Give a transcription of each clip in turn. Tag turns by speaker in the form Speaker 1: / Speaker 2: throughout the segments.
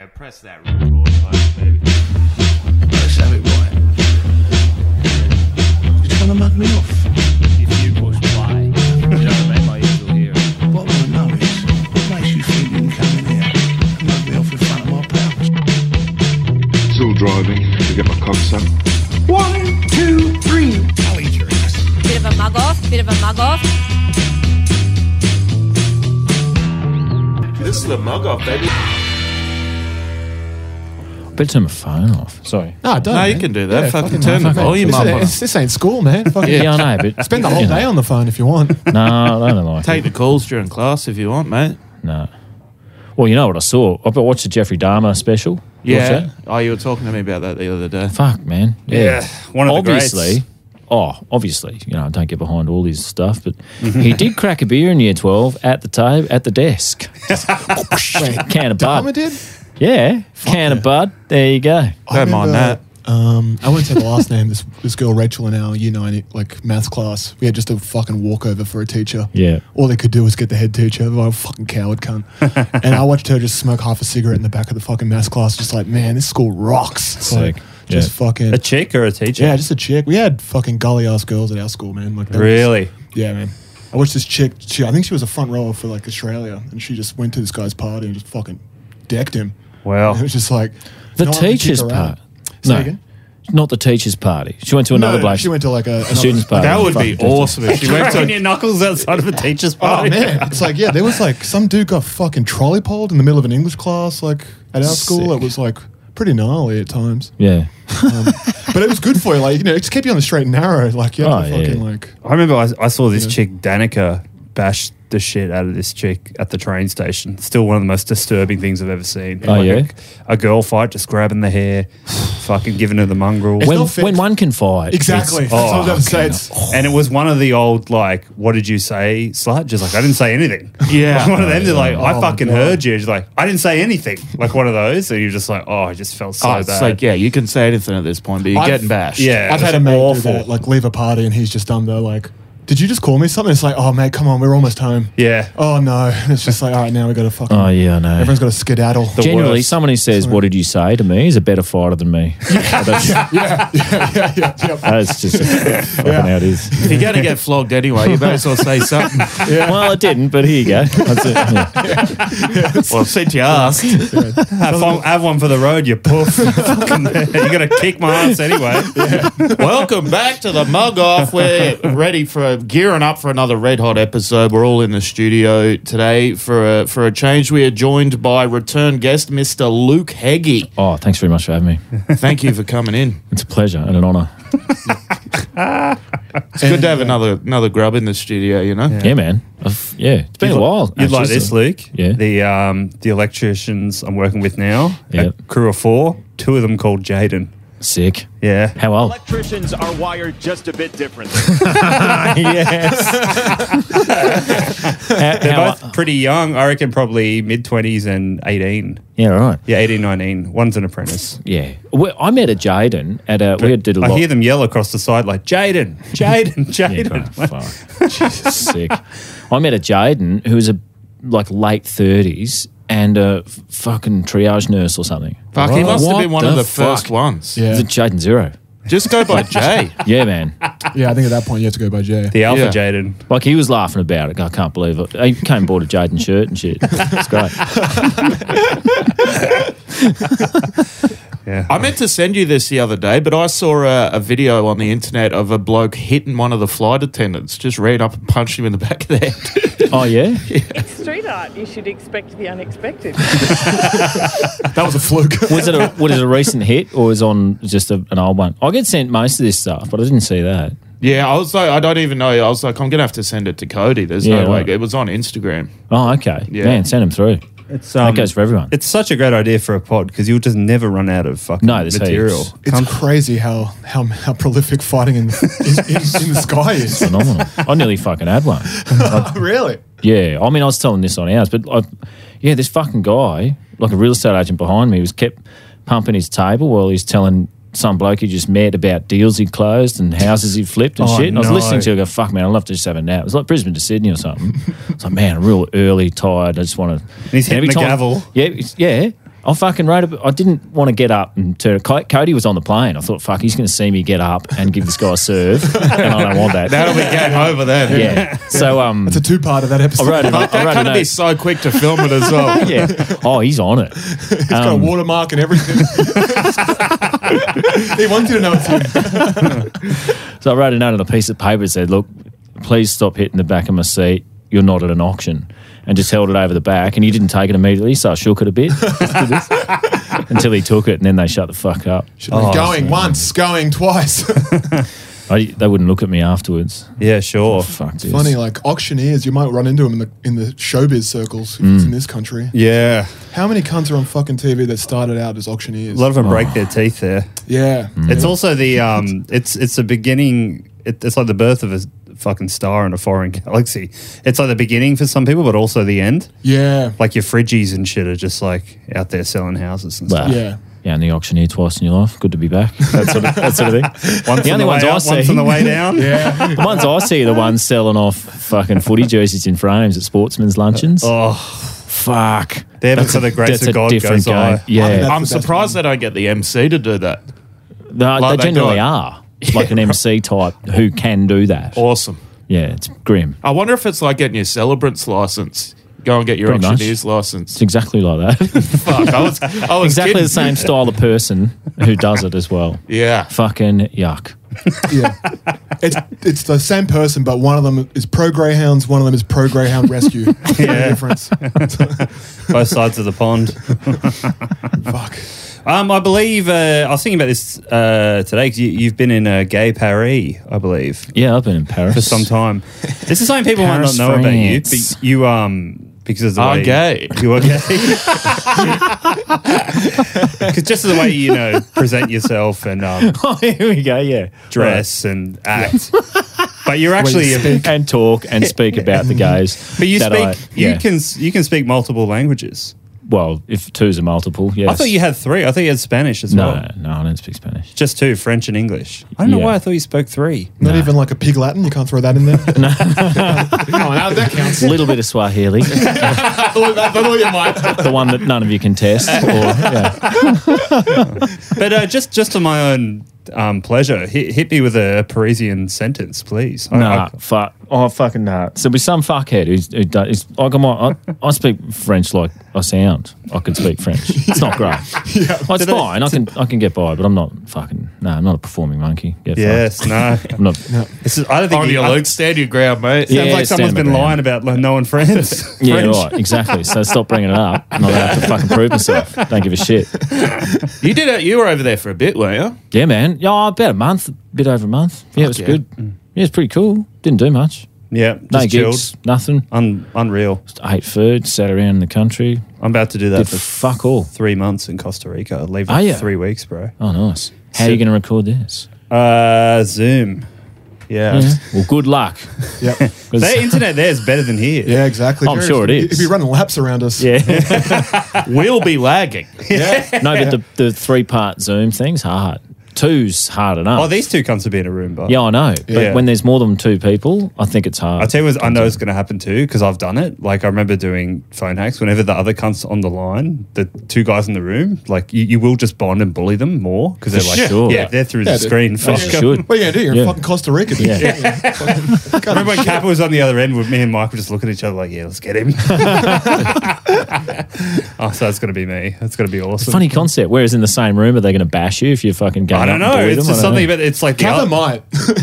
Speaker 1: Yeah, press that record button, baby.
Speaker 2: Let's have it right. You're trying to mug me off.
Speaker 3: If you push play, you know what I mean? My ears will hear it.
Speaker 2: What I want to know is, what makes you think you can come in here and mug me off in front of my pals?
Speaker 4: Still driving to get my cocks up.
Speaker 2: One, two, three. Alley drinks.
Speaker 5: Bit of a mug off, bit of a mug off.
Speaker 6: This is the mug off, baby.
Speaker 3: Better turn my phone off. Sorry.
Speaker 7: No, don't.
Speaker 6: No, you
Speaker 7: man.
Speaker 6: can do that. Fucking turn the
Speaker 7: fuck it.
Speaker 6: volume
Speaker 7: this,
Speaker 6: up
Speaker 7: is-
Speaker 6: on
Speaker 7: This, this ain't school, man. Fucking
Speaker 3: Yeah, I know, but
Speaker 7: Spend the whole
Speaker 3: you know.
Speaker 7: day on the phone if you want.
Speaker 3: No, I don't like
Speaker 6: Take
Speaker 3: it.
Speaker 6: the calls during class if you want, mate.
Speaker 3: No. Well, you know what I saw? I watched the Jeffrey Dahmer special. You watch
Speaker 6: Yeah.
Speaker 3: that?
Speaker 6: Oh, you were talking to me about that the other day.
Speaker 3: Fuck, man.
Speaker 8: Yeah, one of the
Speaker 3: obviously.
Speaker 8: greats.
Speaker 3: oh, obviously. You know, I don't get behind all his stuff, but he did crack a beer in year twelve at the table at the desk. Just can of
Speaker 7: Palmer
Speaker 3: bud.
Speaker 7: did.
Speaker 3: Yeah, can of bud. There you go.
Speaker 6: Don't mind that.
Speaker 7: Um, I won't say the last name. This this girl Rachel in our year nine like maths class. We had just a fucking walkover for a teacher.
Speaker 3: Yeah.
Speaker 7: All they could do was get the head teacher. Oh, fucking coward cunt. and I watched her just smoke half a cigarette in the back of the fucking maths class. Just like, man, this school rocks. It's
Speaker 3: Sick.
Speaker 7: Like, just
Speaker 3: Yeah.
Speaker 7: fucking.
Speaker 8: A chick or a teacher?
Speaker 7: yeah, just a chick. We had fucking gully ass girls at our school, man. Like they were just-
Speaker 8: really.
Speaker 7: Yeah, man. I watched this chick. She, I think she was a front rower for like Australia, and she just went to this guy's party and just fucking decked him.
Speaker 8: Wow.
Speaker 7: And it was just like
Speaker 3: The
Speaker 7: no one could kick
Speaker 3: teacher's
Speaker 7: her
Speaker 3: part.
Speaker 7: out. Say
Speaker 3: No,
Speaker 7: again?
Speaker 3: not the teacher's party. She went to another
Speaker 7: no,
Speaker 3: black.
Speaker 7: She went to like a another-
Speaker 3: student's party.
Speaker 6: That would be
Speaker 3: Fucking
Speaker 6: awesome if she went
Speaker 8: Cracking your
Speaker 6: to.
Speaker 8: knuckles outside of a teacher's
Speaker 7: Oh
Speaker 8: party.
Speaker 7: man, it's like yeah, there was like some dude got fucking trolley poled in the middle of an English class, like at our school. It was like pretty gnarly at times,
Speaker 3: Yeah.
Speaker 7: um, but it was good for you. Like you know, it just kept you on the straight and narrow. Like you had
Speaker 3: Oh,
Speaker 7: to
Speaker 3: yeah.
Speaker 7: fucking like
Speaker 8: I remember I, I saw this chick, Danica, bash the shit out of this chick at the train station. Still one of the most disturbing things I've ever seen.
Speaker 3: Oh, yeah?
Speaker 8: A, a girl fight, just grabbing the hair, fucking giving her the mongrel.
Speaker 7: It's
Speaker 3: When,
Speaker 7: not fair.
Speaker 3: when one can fight.
Speaker 7: exactly.
Speaker 3: it's-
Speaker 7: That's what I was about to say. It's-
Speaker 8: and it was one of the old, like, what did you say, slut? Just like, I didn't say anything.
Speaker 6: Yeah.
Speaker 8: one of them, they're like, I
Speaker 7: Oh,
Speaker 8: fucking
Speaker 7: God.
Speaker 8: heard you. She's like, I didn't say anything. Like one of those. And you're just like, oh, I just felt so
Speaker 6: Oh,
Speaker 8: bad.
Speaker 6: it's like, yeah, you can say anything at this point, but you're
Speaker 7: I've-
Speaker 6: getting bashed.
Speaker 8: Yeah.
Speaker 7: I've
Speaker 8: it's
Speaker 7: had a mate do
Speaker 8: awful.
Speaker 7: that, like leave a party and he's just done the like, did you just call me something? It's like, oh mate, come on, we're almost home.
Speaker 8: Yeah.
Speaker 7: Oh no, it's just like, all right, now we got to fucking.
Speaker 3: Oh, yeah, I know.
Speaker 7: Everyone's got to skedaddle.
Speaker 3: Generally,
Speaker 8: worst.
Speaker 3: someone who says, What did you say to me? is a better fighter than me. that's,
Speaker 7: yeah, yeah, yeah.
Speaker 3: that's just fucking how it is.
Speaker 6: If you're going to get flogged anyway, you better as well say something.
Speaker 3: Well, I didn't, but here you go. That's it. Yeah.
Speaker 6: Well, since you asked.
Speaker 8: Have, fun, have one for the road, you poof. Fucking- You're going to kick my ass anyway.
Speaker 6: Welcome back to the mug off. We're ready for gearing up for another red hot episode. We're all in the studio today for a, for a change. We are joined by return guest Mr. Luke Heggie.
Speaker 3: Oh, thanks very much for having me.
Speaker 6: Thank you for coming in.
Speaker 3: It's a pleasure and an honour.
Speaker 6: It's good to have another another grub in the studio. You know,
Speaker 3: uh, Yeah, man. I've- yeah, it's been a while.
Speaker 8: You'd like
Speaker 3: actually,
Speaker 8: this,
Speaker 3: so-
Speaker 8: Luke?
Speaker 3: Yeah.
Speaker 8: The um, the electricians I'm working with now,
Speaker 3: Yeah.
Speaker 8: a crew of four, two of them called Jaden.
Speaker 3: Sick.
Speaker 8: Yeah.
Speaker 3: How old?
Speaker 9: Electricians are wired just a bit differently.
Speaker 3: How-
Speaker 8: They're
Speaker 3: how-
Speaker 8: both pretty young. I reckon probably mid 20s and 18.
Speaker 3: yeah, all right.
Speaker 8: Yeah, 18, 19. One's an apprentice.
Speaker 3: Yeah. We- I met a Jaden at a. we did a lot.
Speaker 8: I hear them yell across the side like, Jaden, Jaden, Jaden.
Speaker 3: Yeah, fuck. Jesus, sick. I met a Jaden who was a like late thirties and a f- fucking triage nurse or something.
Speaker 6: fuck, he must have
Speaker 3: What
Speaker 6: been one of the first
Speaker 3: fuck?
Speaker 6: ones.
Speaker 3: Is
Speaker 7: Yeah.
Speaker 3: it Jaden Zero?
Speaker 6: Just go by Jay.
Speaker 3: Yeah, man.
Speaker 7: yeah, I think at that point you have to go by Jay.
Speaker 8: the Alpha
Speaker 6: Yeah.
Speaker 8: Jaden.
Speaker 3: Like he was laughing about it. I can't believe it. He came and bought a Jaden shirt and shit. It's great.
Speaker 8: Yeah.
Speaker 6: I meant to send you this the other day, but I saw a, a video on the internet of a bloke hitting one of the flight attendants. Just ran up and punched him in the back of the head.
Speaker 3: Oh yeah.
Speaker 10: Street art, you should expect the unexpected.
Speaker 7: That was a fluke.
Speaker 3: Was it a was it a recent hit or was it on just a, an old one? I get sent most of this stuff, but I didn't see that.
Speaker 6: Yeah, I was like, I don't even know. I was like, I'm gonna have to send it to Cody. There's
Speaker 3: Yeah,
Speaker 6: no
Speaker 3: right.
Speaker 6: way. It was on Instagram.
Speaker 3: Oh, okay.
Speaker 6: Yeah.
Speaker 3: Man, send them through.
Speaker 8: It's,
Speaker 3: that goes for everyone.
Speaker 8: It's such a great idea for a pod because you'll just never run out of fucking
Speaker 3: No, there's
Speaker 8: material.
Speaker 3: heaps.
Speaker 7: It's crazy how how, how prolific fighting in, in, in, in the sky is.
Speaker 3: Phenomenal. I nearly fucking had one.
Speaker 8: Oh,
Speaker 7: really?
Speaker 3: Yeah, I mean, I was telling this on ours, but I, yeah, this fucking guy, like a real estate agent behind me, was kept pumping his table while he's telling some bloke he just met about deals he closed and houses he flipped and
Speaker 8: Oh,
Speaker 3: shit. And I was
Speaker 8: no.
Speaker 3: listening to it, I go, fuck man, I'd love to just have a nap. It was like Brisbane to Sydney or something. It's like, man, real early, tired. I just want to.
Speaker 8: he's hitting the gavel.
Speaker 3: Yeah, it's- yeah. I fucking rode. I I didn't want to get up and turn. Co- Cody was on the plane. I thought, fuck, he's going to see me get up and give this guy a serve, and I don't want that.
Speaker 6: That'll be game over then.
Speaker 3: yeah. So um,
Speaker 7: It's a two part of that episode.
Speaker 3: I wrote it.
Speaker 6: But
Speaker 3: I
Speaker 6: that
Speaker 3: wrote
Speaker 6: kind of
Speaker 3: a
Speaker 6: be
Speaker 3: note.
Speaker 6: so quick to film it as well.
Speaker 3: Yeah. Oh, he's on it. Um,
Speaker 7: It's got a watermark and everything. he wants you to know it's him.
Speaker 3: So I wrote a note on a piece of paper that said, Look, please stop hitting the back of my seat. You're not at an auction. And just held it over the back. And he didn't take it immediately. So I shook it a bit Just did this. until he took it. And then they shut the fuck up.
Speaker 7: Should be going once, going twice.
Speaker 3: I, they wouldn't look at me afterwards.
Speaker 8: Yeah, sure.
Speaker 3: Fuck this.
Speaker 7: Oh, Funny, like auctioneers, you might run into them in the in the showbiz circles
Speaker 3: Hmm.
Speaker 7: if it's in this country.
Speaker 8: Yeah.
Speaker 7: How many cunts are on fucking TV that started out as auctioneers?
Speaker 8: A lot of them
Speaker 3: Oh.
Speaker 8: break their teeth there.
Speaker 7: yeah.
Speaker 3: Hmm.
Speaker 8: It's also the um, it's it's the beginning. It, it's like the birth of a fucking star in a foreign galaxy. It's like the beginning for some people, but also the end.
Speaker 7: Yeah.
Speaker 8: Like your fridgies and shit are just like out there selling houses and
Speaker 3: Well,
Speaker 8: stuff.
Speaker 7: Yeah.
Speaker 3: Yeah, and the auctioneer twice in your life. Good to be back. That sort of, that sort of thing.
Speaker 8: Once
Speaker 3: The only
Speaker 8: on the way
Speaker 3: ones I
Speaker 8: up, once
Speaker 3: see-
Speaker 8: on the way down.
Speaker 7: Yeah.
Speaker 3: the ones I see are the ones selling off fucking footy jerseys in frames at sportsmen's luncheons.
Speaker 8: Oh,
Speaker 3: fuck.
Speaker 8: there but for the grace
Speaker 3: That's
Speaker 8: of
Speaker 3: a
Speaker 8: God
Speaker 3: different
Speaker 8: goes
Speaker 3: game.
Speaker 8: I.
Speaker 3: Yeah.
Speaker 7: think that's
Speaker 6: I'm
Speaker 7: the best
Speaker 6: surprised they don't get the MC to do that.
Speaker 3: They,
Speaker 6: Like
Speaker 3: they
Speaker 6: they do
Speaker 3: generally
Speaker 6: it.
Speaker 3: are like an MC type who can do that.
Speaker 6: Awesome.
Speaker 3: yeah, it's grim.
Speaker 6: I wonder if it's like getting your celebrant's license. Go and get your
Speaker 3: Pretty much.
Speaker 6: auctioneer's license.
Speaker 3: It's exactly like that.
Speaker 6: Fuck, I was, I was
Speaker 3: exactly
Speaker 6: kidding.
Speaker 3: the same style of person who does it as well.
Speaker 6: Yeah.
Speaker 3: Fucking yuck.
Speaker 7: Yeah. It's it's the same person, but one of them is pro greyhounds, one of them is pro greyhound rescue. yeah. difference.
Speaker 8: Both sides of the pond.
Speaker 7: Fuck.
Speaker 8: Um, I believe uh, I was thinking about this uh, today because you, you've been in a gay Paris, I believe.
Speaker 3: Yeah, I've been in Paris
Speaker 8: for some time. It's the same people
Speaker 3: Paris,
Speaker 8: might not know about you,
Speaker 3: France.
Speaker 8: but you um because of the
Speaker 6: Are
Speaker 8: way
Speaker 6: gay.
Speaker 8: you are gay. Because just the way you know present yourself and um,
Speaker 3: Oh, here we go. Yeah,
Speaker 8: dress and act, but you're actually a,
Speaker 3: Right. and talk and speak about the gays.
Speaker 8: but you
Speaker 3: that
Speaker 8: speak
Speaker 3: I- yeah.
Speaker 8: you can s- you can speak multiple languages.
Speaker 3: Well, if two's a multiple, yes.
Speaker 8: I thought you had three. I thought you had Spanish as
Speaker 3: no,
Speaker 8: well.
Speaker 3: no, I don't speak Spanish.
Speaker 8: Just two, French and English. I don't know
Speaker 3: Yeah.
Speaker 8: why I thought you spoke three.
Speaker 7: Not even like a pig Latin. You can't throw that in there. no. Come on, how that counts?
Speaker 3: A little bit of Swahili, the one that none of you can test. Or, yeah.
Speaker 8: But uh, just just to my own um, pleasure, hit, hit me with a Parisian sentence, please. I-
Speaker 3: Nah,
Speaker 8: I-
Speaker 3: fuck. Oh, fucking nah. So with some fuckhead who's, who does, is, like I'm, I, I speak French like I sound. I can speak French. It's not great. yeah. it's fine. I can I can get by, but I'm not fucking. No, I'm not a performing monkey. Get
Speaker 8: Yes, no.
Speaker 3: fucked. I'm not.
Speaker 8: This is, I don't think
Speaker 6: On
Speaker 8: you-
Speaker 6: your
Speaker 8: I-
Speaker 6: Luke, stand your ground, mate.
Speaker 3: Yeah.
Speaker 8: Sounds like someone's
Speaker 3: stand my
Speaker 8: been
Speaker 3: ground.
Speaker 8: lying about like, knowing friends.
Speaker 3: Yeah,
Speaker 8: French.
Speaker 3: right. Exactly. So stop bringing it up. I'm not allowed to fucking prove myself. Don't give a shit.
Speaker 6: You did it. You were over there for a bit, weren't you?
Speaker 3: Yeah, man. Yeah, oh, about a month, a bit over a month. Yeah, it was
Speaker 6: yeah.
Speaker 3: good. Yeah, it's pretty cool. Didn't do much.
Speaker 8: Yeah, just
Speaker 3: No
Speaker 8: chilled.
Speaker 3: gigs, nothing.
Speaker 8: Un- unreal.
Speaker 3: I ate food, sat around in the country.
Speaker 8: I'm about to do that
Speaker 3: Did
Speaker 8: for
Speaker 3: fuck all.
Speaker 8: three months in Costa Rica. I'll leave
Speaker 3: Are
Speaker 8: in
Speaker 3: ya?
Speaker 8: three weeks, bro.
Speaker 3: Oh, nice. How are you going to record this?
Speaker 8: Uh, Zoom. Yeah.
Speaker 3: Well, good luck.
Speaker 7: Yep.
Speaker 3: 'Cause-
Speaker 8: Their internet there is better than here.
Speaker 7: Yeah, exactly.
Speaker 3: Oh, I'm
Speaker 7: Very-
Speaker 3: sure it is.
Speaker 7: It'd be running laps around us.
Speaker 3: yeah.
Speaker 6: We'll be lagging.
Speaker 3: No, but the, the three part Zoom thing's hard. Two's hard enough.
Speaker 8: Oh, these two cunts will be in a room, but
Speaker 3: yeah, I know. But
Speaker 8: Yeah.
Speaker 3: when there's more than two people, I think it's hard.
Speaker 8: I tell you what, I know it's going to happen too because I've done it. Like I remember doing phone hacks. Whenever the other cunts on the line, the two guys in the room, like you, you will just bond and bully them more because they're like,
Speaker 3: sure.
Speaker 8: yeah, they're through
Speaker 7: Yeah,
Speaker 8: the screen.
Speaker 3: As
Speaker 8: Fuck
Speaker 3: you
Speaker 8: 'em.
Speaker 3: should.
Speaker 7: What are you gonna do? You're
Speaker 3: Yeah.
Speaker 7: in fucking Costa Rica, dude.
Speaker 3: Yeah.
Speaker 8: Remember when Kappa was on the other end with me and Mike, were just looking at each other like, yeah, let's get him. oh, so that's going to be me. That's going to be awesome.
Speaker 3: Funny concept. Whereas in the same room, are they going to bash you if you're fucking going
Speaker 8: I don't
Speaker 3: up
Speaker 8: know.
Speaker 3: and bully
Speaker 8: It's
Speaker 3: them?
Speaker 8: just
Speaker 3: I don't
Speaker 8: something,
Speaker 3: know.
Speaker 8: but it's like, the
Speaker 7: Cover
Speaker 8: oth-
Speaker 7: might.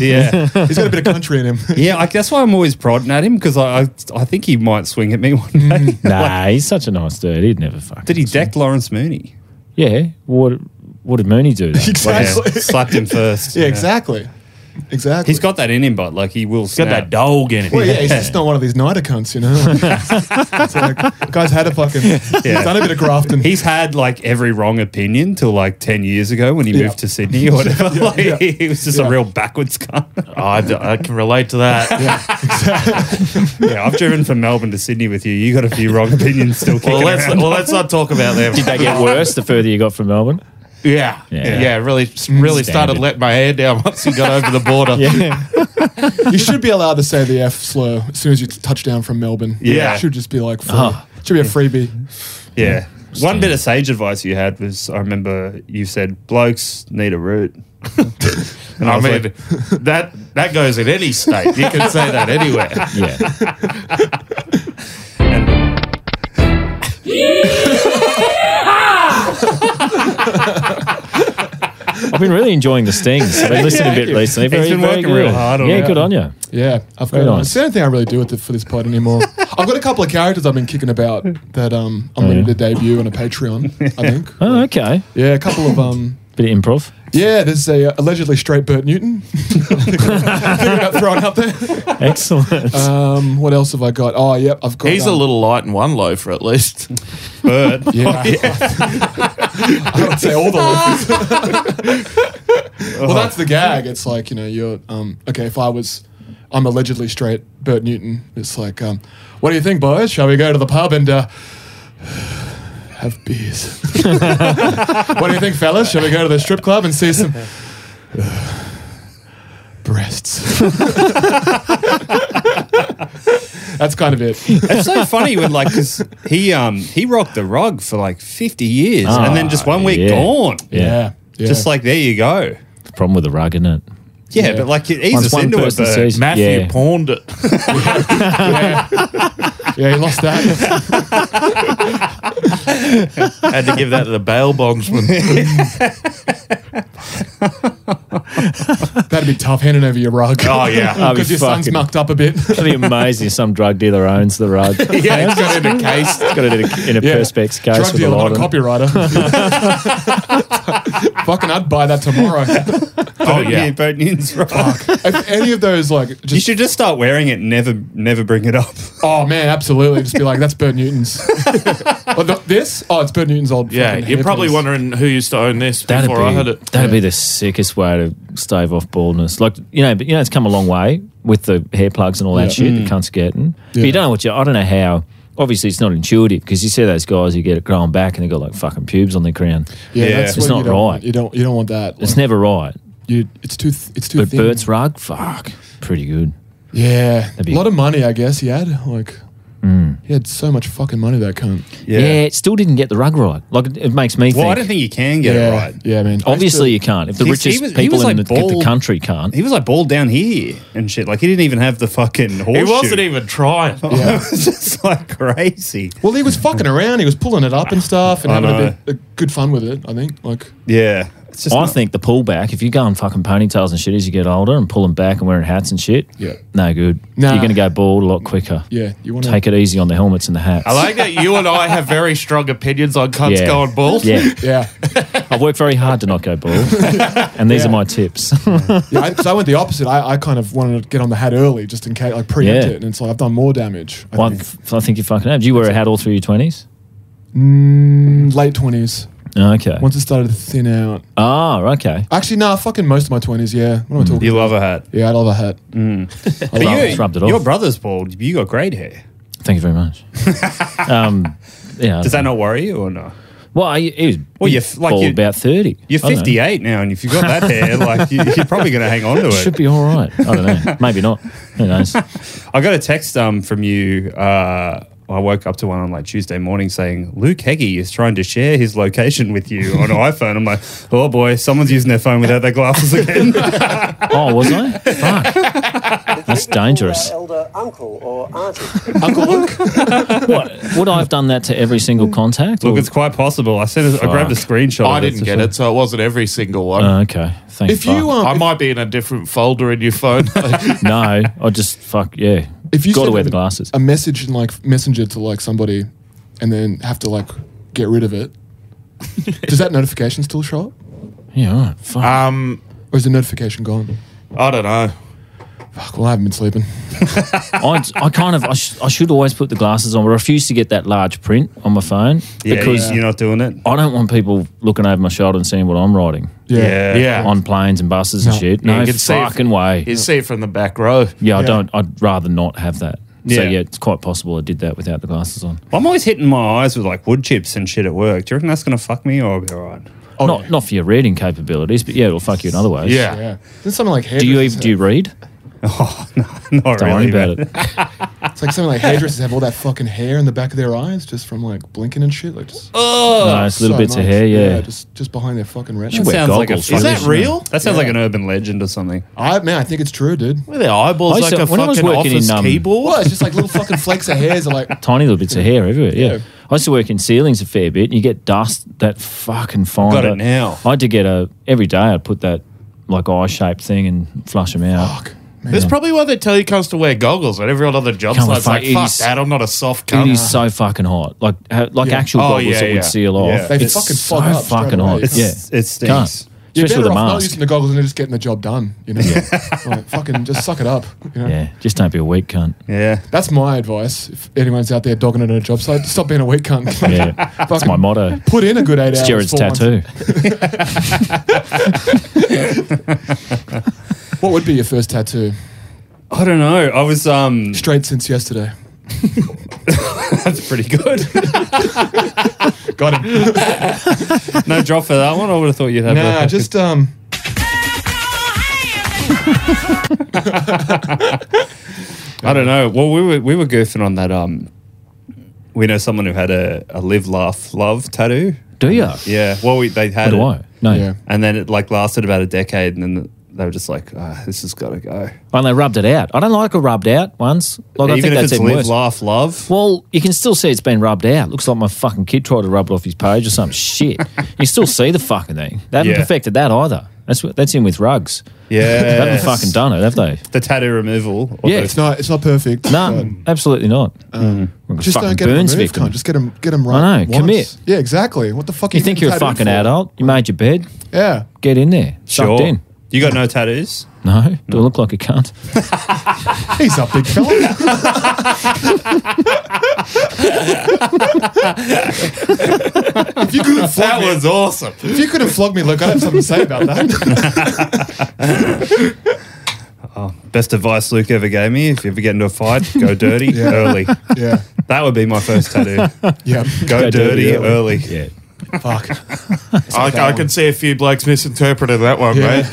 Speaker 8: yeah.
Speaker 7: He's got a bit of country in him.
Speaker 8: yeah, I, that's why I'm always prodding at him because I, I, I think he might swing at me one day.
Speaker 3: Nah, he's such a nice dude. He'd never fucking.
Speaker 8: Did he deck Lawrence Mooney?
Speaker 3: Yeah. What What did Mooney do? then?
Speaker 7: Exactly.
Speaker 8: Yeah, slapped him first.
Speaker 7: Yeah, exactly. Exactly.
Speaker 8: He's got that in him, but like he will
Speaker 6: Got
Speaker 8: snap.
Speaker 6: that dog in it.
Speaker 7: Well, yeah, he's just not one of these nighter cunts, you know. it's like, guys had a fucking. He's done a bit of grafting.
Speaker 8: He's had like every wrong opinion till like 10 years ago when he
Speaker 7: Yeah.
Speaker 8: moved to Sydney or whatever. like,
Speaker 7: yeah.
Speaker 8: He was just
Speaker 7: Yeah.
Speaker 8: a real backwards cunt.
Speaker 6: I, d- I can relate to that.
Speaker 8: Yeah, I've driven from Melbourne to Sydney with you. You got a few wrong opinions still kicking
Speaker 6: Well, let's
Speaker 8: around.
Speaker 6: well let's uh, not talk about them.
Speaker 3: Did they get worse the further you got from Melbourne?
Speaker 6: Yeah,
Speaker 3: Yeah.
Speaker 6: yeah, really, really started
Speaker 3: Standard.
Speaker 6: letting my hair down once he got over the border.
Speaker 3: Yeah.
Speaker 7: you should be allowed to say the F slur as soon as you touch down from Melbourne.
Speaker 8: Yeah.
Speaker 7: It should just be like, free.
Speaker 3: Oh.
Speaker 7: should be a freebie.
Speaker 8: yeah. One bit of sage advice you had was I remember you said blokes need a root. and I,
Speaker 6: I
Speaker 8: was
Speaker 6: mean,
Speaker 8: like,
Speaker 6: that that goes in any state. You can say that anywhere.
Speaker 3: Yeah. I've been really enjoying the stings. I've been listening a bit recently. Very,
Speaker 8: been
Speaker 3: very
Speaker 8: working
Speaker 3: good.
Speaker 8: real hard on
Speaker 3: yeah,
Speaker 8: it.
Speaker 3: good on you.
Speaker 7: Yeah, I've got.
Speaker 3: Very nice.
Speaker 7: It's the only thing I really do with it for this pod anymore. I've got a couple of characters I've been kicking about that um, I'm ready
Speaker 3: yeah.
Speaker 7: to debut on a Patreon. I think.
Speaker 3: Oh, okay.
Speaker 7: Yeah, a couple of um.
Speaker 3: Bit of improv.
Speaker 7: Yeah, there's a uh, allegedly straight Bert Newton. thinking about throwing up there.
Speaker 3: Excellent.
Speaker 7: Um, what else have I got? Oh, yep, I've got.
Speaker 6: He's a
Speaker 7: um,
Speaker 6: little light and one low for at least.
Speaker 8: bird.
Speaker 7: Oh, Yeah, I would say all the lefties. well, that's the gag. It's like you know, you're um, okay. If I was, I'm allegedly straight, Bert Newton. It's like, um, what do you think, boys? Shall we go to the pub and uh, have beers? what do you think, fellas? Shall we go to the strip club and see some? uh, Breasts. That's kind of it.
Speaker 8: It's so funny when like 'cause he um he rocked the rug for like fifty years and then just one week
Speaker 3: Ah, yeah.
Speaker 8: gone.
Speaker 3: Yeah.
Speaker 7: yeah.
Speaker 8: Just like there you go.
Speaker 3: The problem with the rug, isn't it?
Speaker 8: Yeah, but like it eases into it. But
Speaker 3: sees-
Speaker 6: Matthew
Speaker 3: yeah.
Speaker 6: pawned it.
Speaker 7: yeah, he lost that.
Speaker 6: Had to give that to the bail bondsman.
Speaker 7: That'd be tough handing over your rug.
Speaker 6: Oh yeah.
Speaker 3: That'd be
Speaker 7: Because your son's
Speaker 3: fucking-
Speaker 7: mucked up a bit.
Speaker 3: That'd be amazing if some drug dealer owns the rug.
Speaker 6: Yeah, it's got in a case.
Speaker 3: Got it in a, in a Perspex case
Speaker 7: Drug
Speaker 3: with a
Speaker 7: dealer,
Speaker 3: lot
Speaker 7: not a
Speaker 3: on it.
Speaker 7: copywriter. Fucking, I'd buy that tomorrow.
Speaker 6: Oh yeah.
Speaker 8: Bert Newton's rug.
Speaker 7: if any of those, like,
Speaker 8: You
Speaker 7: just
Speaker 8: should just start wearing it. And never, never bring it up.
Speaker 7: oh man, absolutely, just be like, that's Bert Newton's. oh, th- this? Oh, it's Bert Newton's old.
Speaker 6: Yeah,
Speaker 7: fucking
Speaker 6: you're probably
Speaker 7: hairpiece.
Speaker 6: wondering who used to own this
Speaker 3: That'd
Speaker 6: before
Speaker 3: be,
Speaker 6: I heard it.
Speaker 3: that'd be the sickest way to stave off baldness. Like you know, but you know, it's come a long way with the hair plugs and all that shit. The cunts getting. But
Speaker 7: Yeah.
Speaker 3: you don't know what you. I don't know how. Obviously, it's not intuitive because you see those guys who get it growing back and they got like fucking pubes on their crown.
Speaker 7: Yeah,
Speaker 8: Yeah.
Speaker 7: that's
Speaker 8: It's
Speaker 7: what
Speaker 3: not
Speaker 7: you don't, want.
Speaker 3: right.
Speaker 7: You don't. You don't want that.
Speaker 3: It's
Speaker 7: Like,
Speaker 3: never right.
Speaker 7: you, it's too. Th- it's too.
Speaker 3: But
Speaker 7: thin.
Speaker 3: Bert's rug, fuck, pretty good.
Speaker 7: Yeah, a
Speaker 3: be- Hmm.
Speaker 7: lot of money, I guess. He had like. He had so much fucking money that cunt.
Speaker 3: Yeah. it still didn't get the rug right. Like it, it makes me
Speaker 8: Well, I
Speaker 3: think.
Speaker 8: don't think you can get
Speaker 7: yeah,
Speaker 8: it right.
Speaker 7: Yeah, man.
Speaker 3: Obviously, you can't. If the
Speaker 8: He's- he
Speaker 3: richest
Speaker 8: was- he
Speaker 3: people
Speaker 8: was,
Speaker 3: in
Speaker 8: like,
Speaker 3: the, the
Speaker 8: bald.
Speaker 3: country can't,
Speaker 8: He was like bald down here and shit. Like he didn't even have the fucking horse.
Speaker 6: He wasn't even trying.
Speaker 7: Yeah.
Speaker 8: it was just like crazy.
Speaker 7: Well, he was fucking around. He was pulling it up and stuff, and
Speaker 8: I
Speaker 7: having a
Speaker 8: know.
Speaker 7: bit of good fun with it. I think. Like,
Speaker 8: Yeah. It's just
Speaker 3: I
Speaker 8: not-
Speaker 3: think the pullback, if you go on fucking ponytails and shit as you get older and pull them back and wearing hats and shit,
Speaker 7: Yeah.
Speaker 3: no good.
Speaker 7: Nah.
Speaker 3: You're going to go bald a lot quicker.
Speaker 7: yeah, you want to
Speaker 3: Take it easy on the helmets and the hats.
Speaker 6: I like that you and I have very strong opinions on cunts
Speaker 3: Yeah.
Speaker 6: going bald.
Speaker 3: Yeah.
Speaker 7: Yeah,
Speaker 3: I've worked very hard to not go bald. and these
Speaker 7: Yeah.
Speaker 3: are my tips.
Speaker 7: yeah. I, 'cause I went the opposite. I, I kind of wanted to get on the hat early, just in case, like preempt
Speaker 3: Yeah.
Speaker 7: it, and it's like I've done more damage. I
Speaker 3: Well, I,
Speaker 7: think.
Speaker 3: th- I think you fucking have. Did you wear a hat all through your 20s?
Speaker 7: Mm, Late twenties,
Speaker 3: Okay.
Speaker 7: once it started to thin out.
Speaker 3: Ah, okay.
Speaker 7: Actually, nah, fucking most of my twenties. Yeah,
Speaker 3: Mm.
Speaker 7: what am I talking?
Speaker 8: you love a hat.
Speaker 7: Yeah, I love a hat.
Speaker 8: But
Speaker 3: love
Speaker 8: you-
Speaker 3: it. Rubbed it
Speaker 8: Your
Speaker 3: off.
Speaker 8: brother's bald. but You got great hair.
Speaker 3: Thank you very much. um, yeah.
Speaker 8: Does that not worry you or not?
Speaker 3: Well, I, it was
Speaker 8: Well, you're f- like
Speaker 3: bald
Speaker 8: you-
Speaker 3: about 30.
Speaker 8: You're
Speaker 3: I don't know.
Speaker 8: 58 now, and if you've got that hair, like you, you're probably going to hang on to
Speaker 3: Should
Speaker 8: it.
Speaker 3: be all right. I don't know. Maybe not. Who knows?
Speaker 8: I got a text um, from you. Uh, I woke up to one on like Tuesday morning saying Luke Heggie is trying to share his location with you on iPhone. I'm like, oh boy, someone's using their phone without their glasses again.
Speaker 3: Oh, was I? Fuck. That's dangerous.
Speaker 2: Elder uncle or auntie.
Speaker 7: Uncle Luke.
Speaker 3: What would I have done that to every single contact?
Speaker 8: Look,
Speaker 3: or-
Speaker 8: it's quite possible. I sent. A, I grabbed a
Speaker 3: Fuck.
Speaker 8: screenshot.
Speaker 6: I
Speaker 8: of
Speaker 6: didn't
Speaker 8: to
Speaker 6: get
Speaker 8: show-
Speaker 6: it, so it wasn't every single one.
Speaker 3: Oh, okay. Thank
Speaker 7: If you
Speaker 3: fuck.
Speaker 7: um,
Speaker 6: I might be in a different folder in your phone.
Speaker 3: no, I just fuck yeah.
Speaker 7: if you um,
Speaker 3: got to
Speaker 7: send
Speaker 3: wear
Speaker 7: a-
Speaker 3: the glasses.
Speaker 7: a message in like messenger to like somebody, and then have to like get rid of it. Does that notification still show up,
Speaker 3: yeah, all right. Fuck.
Speaker 6: um,
Speaker 7: or is the notification gone?
Speaker 6: I don't know.
Speaker 7: Fuck, well, I haven't been sleeping.
Speaker 3: I, I kind of I, sh- I should always put the glasses on. But I refuse to get that large print on my phone
Speaker 8: Yeah,
Speaker 3: because
Speaker 8: you're not doing it.
Speaker 3: I don't want people looking over my shoulder and seeing what I'm writing
Speaker 8: Yeah.
Speaker 6: Yeah.
Speaker 3: on planes and buses
Speaker 7: No.
Speaker 3: and shit.
Speaker 6: Yeah,
Speaker 3: No
Speaker 6: you can see it
Speaker 3: fucking way.
Speaker 6: You see it from the back row.
Speaker 3: yeah, I
Speaker 7: Yeah.
Speaker 3: don't. I'd rather not have that. So
Speaker 8: Yeah.
Speaker 3: yeah, it's quite possible I did that without the glasses on.
Speaker 8: I'm always hitting my eyes with like wood chips and shit at work. Do you reckon that's gonna fuck me or I'll be all right?
Speaker 3: not not for your reading capabilities, but yeah, it'll fuck you in other ways.
Speaker 6: Yeah.
Speaker 7: Yeah, there's something like hair.
Speaker 3: Do you even do you read?
Speaker 8: Not
Speaker 3: Don't
Speaker 8: really.
Speaker 3: worry
Speaker 8: but-
Speaker 3: about it.
Speaker 7: It's like something like hairdressers have all that fucking hair in the back of their eyes just from like blinking and shit. Like just
Speaker 3: nice little
Speaker 7: Oh, so
Speaker 3: bits
Speaker 7: much.
Speaker 3: of hair, yeah.
Speaker 7: just just behind their fucking
Speaker 3: You
Speaker 7: retinas.
Speaker 3: wear
Speaker 6: sounds like a-
Speaker 3: goggles.
Speaker 6: is
Speaker 3: fuck.
Speaker 6: that
Speaker 3: Isn't it?
Speaker 6: real?
Speaker 8: That sounds like an urban legend or something.
Speaker 7: I man, I think it's true, dude.
Speaker 6: With their eyeballs
Speaker 3: I
Speaker 6: like
Speaker 3: used to-
Speaker 6: a
Speaker 3: when I was
Speaker 6: fucking
Speaker 3: working in,
Speaker 6: office
Speaker 3: um,
Speaker 6: keyboard.
Speaker 7: Well, it's just like little fucking flakes of hairs are like
Speaker 3: Tiny little bits of hair everywhere, yeah.
Speaker 7: Yeah.
Speaker 3: I used to work in ceilings a fair bit, and you get dust that fucking fine.
Speaker 8: Got it
Speaker 3: but
Speaker 8: now.
Speaker 3: I had to get a every day. I'd put that like eye shaped thing and flush them out.
Speaker 7: fuck. Man,
Speaker 6: That's probably why they tell you cunts to wear goggles at every other job
Speaker 3: Come on,
Speaker 6: site. It's like,
Speaker 3: fuck, it
Speaker 6: fuck
Speaker 3: is-
Speaker 6: that, I'm not a soft
Speaker 3: It
Speaker 6: cunt.
Speaker 3: is so fucking hot, like ha- like
Speaker 7: Yeah.
Speaker 3: actual
Speaker 6: Oh,
Speaker 3: goggles
Speaker 6: yeah,
Speaker 3: that
Speaker 6: yeah.
Speaker 3: would seal off.
Speaker 8: Yeah.
Speaker 7: They
Speaker 3: It's
Speaker 7: fucking
Speaker 3: so
Speaker 7: fuck up straight
Speaker 3: fucking
Speaker 7: away.
Speaker 3: hot.
Speaker 7: It's-
Speaker 3: yeah,
Speaker 8: it stinks.
Speaker 3: Can't.
Speaker 7: you're
Speaker 3: especially
Speaker 7: better
Speaker 3: with a
Speaker 7: off not
Speaker 3: mask.
Speaker 7: using the goggles and just getting the job done. You know, like, fucking just suck it up. You know?
Speaker 3: Yeah, just don't be a weak cunt.
Speaker 8: Yeah.
Speaker 7: That's my advice. If anyone's out there dogging it on a job site, stop being a weak cunt.
Speaker 3: Yeah, that's
Speaker 7: Fucking
Speaker 3: my motto.
Speaker 7: Put in a good eight
Speaker 3: It's
Speaker 7: hours.
Speaker 3: Jared's
Speaker 7: for once.
Speaker 3: tattoo.
Speaker 7: What would be your first tattoo?
Speaker 8: I don't know. I was um
Speaker 7: Straight since yesterday.
Speaker 8: that's pretty good.
Speaker 7: Got him.
Speaker 8: no drop for that one. I would have thought you'd have
Speaker 7: nah,
Speaker 8: a-
Speaker 7: just um.
Speaker 8: I don't know. Well, we were we were goofing on that. Um, we know someone who had a, a live, laugh, love tattoo.
Speaker 3: Do you?
Speaker 8: Yeah. Well, we, they
Speaker 3: How
Speaker 8: had
Speaker 3: do
Speaker 8: it,
Speaker 3: I? No.
Speaker 7: Yeah.
Speaker 8: and then it like lasted about a decade, and then they were just like, Ah, "This has got to go."
Speaker 3: And they rubbed it out. I don't like a rubbed out once. Like I
Speaker 8: Even
Speaker 3: think
Speaker 8: if
Speaker 3: that's
Speaker 8: it's
Speaker 3: even
Speaker 8: live,
Speaker 3: worse.
Speaker 8: laugh, love.
Speaker 3: Well, you can still see it's been rubbed out. Looks like my fucking kid tried to rub it off his page or some shit. You still see the fucking thing. They haven't
Speaker 8: Yeah.
Speaker 3: perfected that either. That's what- that's in with rugs. They
Speaker 8: Yeah,
Speaker 3: haven't fucking done it, have they?
Speaker 8: the tattoo removal. or
Speaker 3: Yeah,
Speaker 8: the-
Speaker 7: It's not. It's not perfect.
Speaker 3: No,
Speaker 7: but
Speaker 3: absolutely not.
Speaker 8: Um,
Speaker 7: Just
Speaker 3: fucking
Speaker 7: don't get
Speaker 3: Burns
Speaker 7: it removed,
Speaker 3: victim.
Speaker 7: cunt. Just get him. Get him right.
Speaker 3: I know,
Speaker 7: once.
Speaker 3: commit.
Speaker 7: Yeah, exactly. What the fuck? are
Speaker 3: You think
Speaker 7: getting
Speaker 3: you're a
Speaker 7: tattooed
Speaker 3: fucking
Speaker 7: for?
Speaker 3: adult? You made your bed.
Speaker 7: Yeah.
Speaker 3: Get in there. Sucked
Speaker 8: sure.
Speaker 3: in.
Speaker 8: You got no tattoos?
Speaker 3: No, do I look like a cunt?
Speaker 7: He's up, big fella. if you couldn't flog
Speaker 6: That
Speaker 7: me,
Speaker 6: was awesome.
Speaker 7: if you couldn't flog me, look, I have something to say about that.
Speaker 8: Best advice Luke ever gave me: if you ever get into a fight, go dirty early.
Speaker 7: yeah,
Speaker 8: That would be my first tattoo. Go,
Speaker 7: yeah.
Speaker 8: dirty, early.
Speaker 3: Yeah.
Speaker 7: Fuck.
Speaker 6: I, I can see a few blokes misinterpreted that one,
Speaker 7: Yeah.
Speaker 6: mate.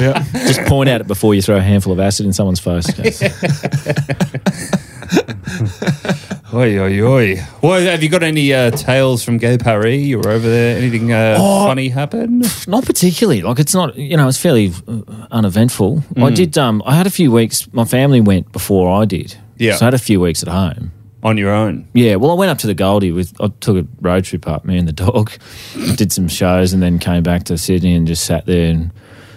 Speaker 7: Yeah.
Speaker 3: Just point at it before you throw a handful of acid in someone's face.
Speaker 8: Oi, oi, oi. Well, have you got any uh, tales from Gay Paris? You were over there. Anything uh,
Speaker 6: Oh.
Speaker 8: funny happen?
Speaker 3: Not particularly. Like it's not. You know, it's fairly uh, uneventful. I
Speaker 8: Mm.
Speaker 3: did. Um, I had a few weeks. My family went before I did.
Speaker 8: Yeah.
Speaker 3: So I had a few weeks at home.
Speaker 8: On your own?
Speaker 3: Yeah. Well, I went up to the Goldie with. I took a road trip up, me and the dog, did some shows, and then came back to Sydney and just sat there and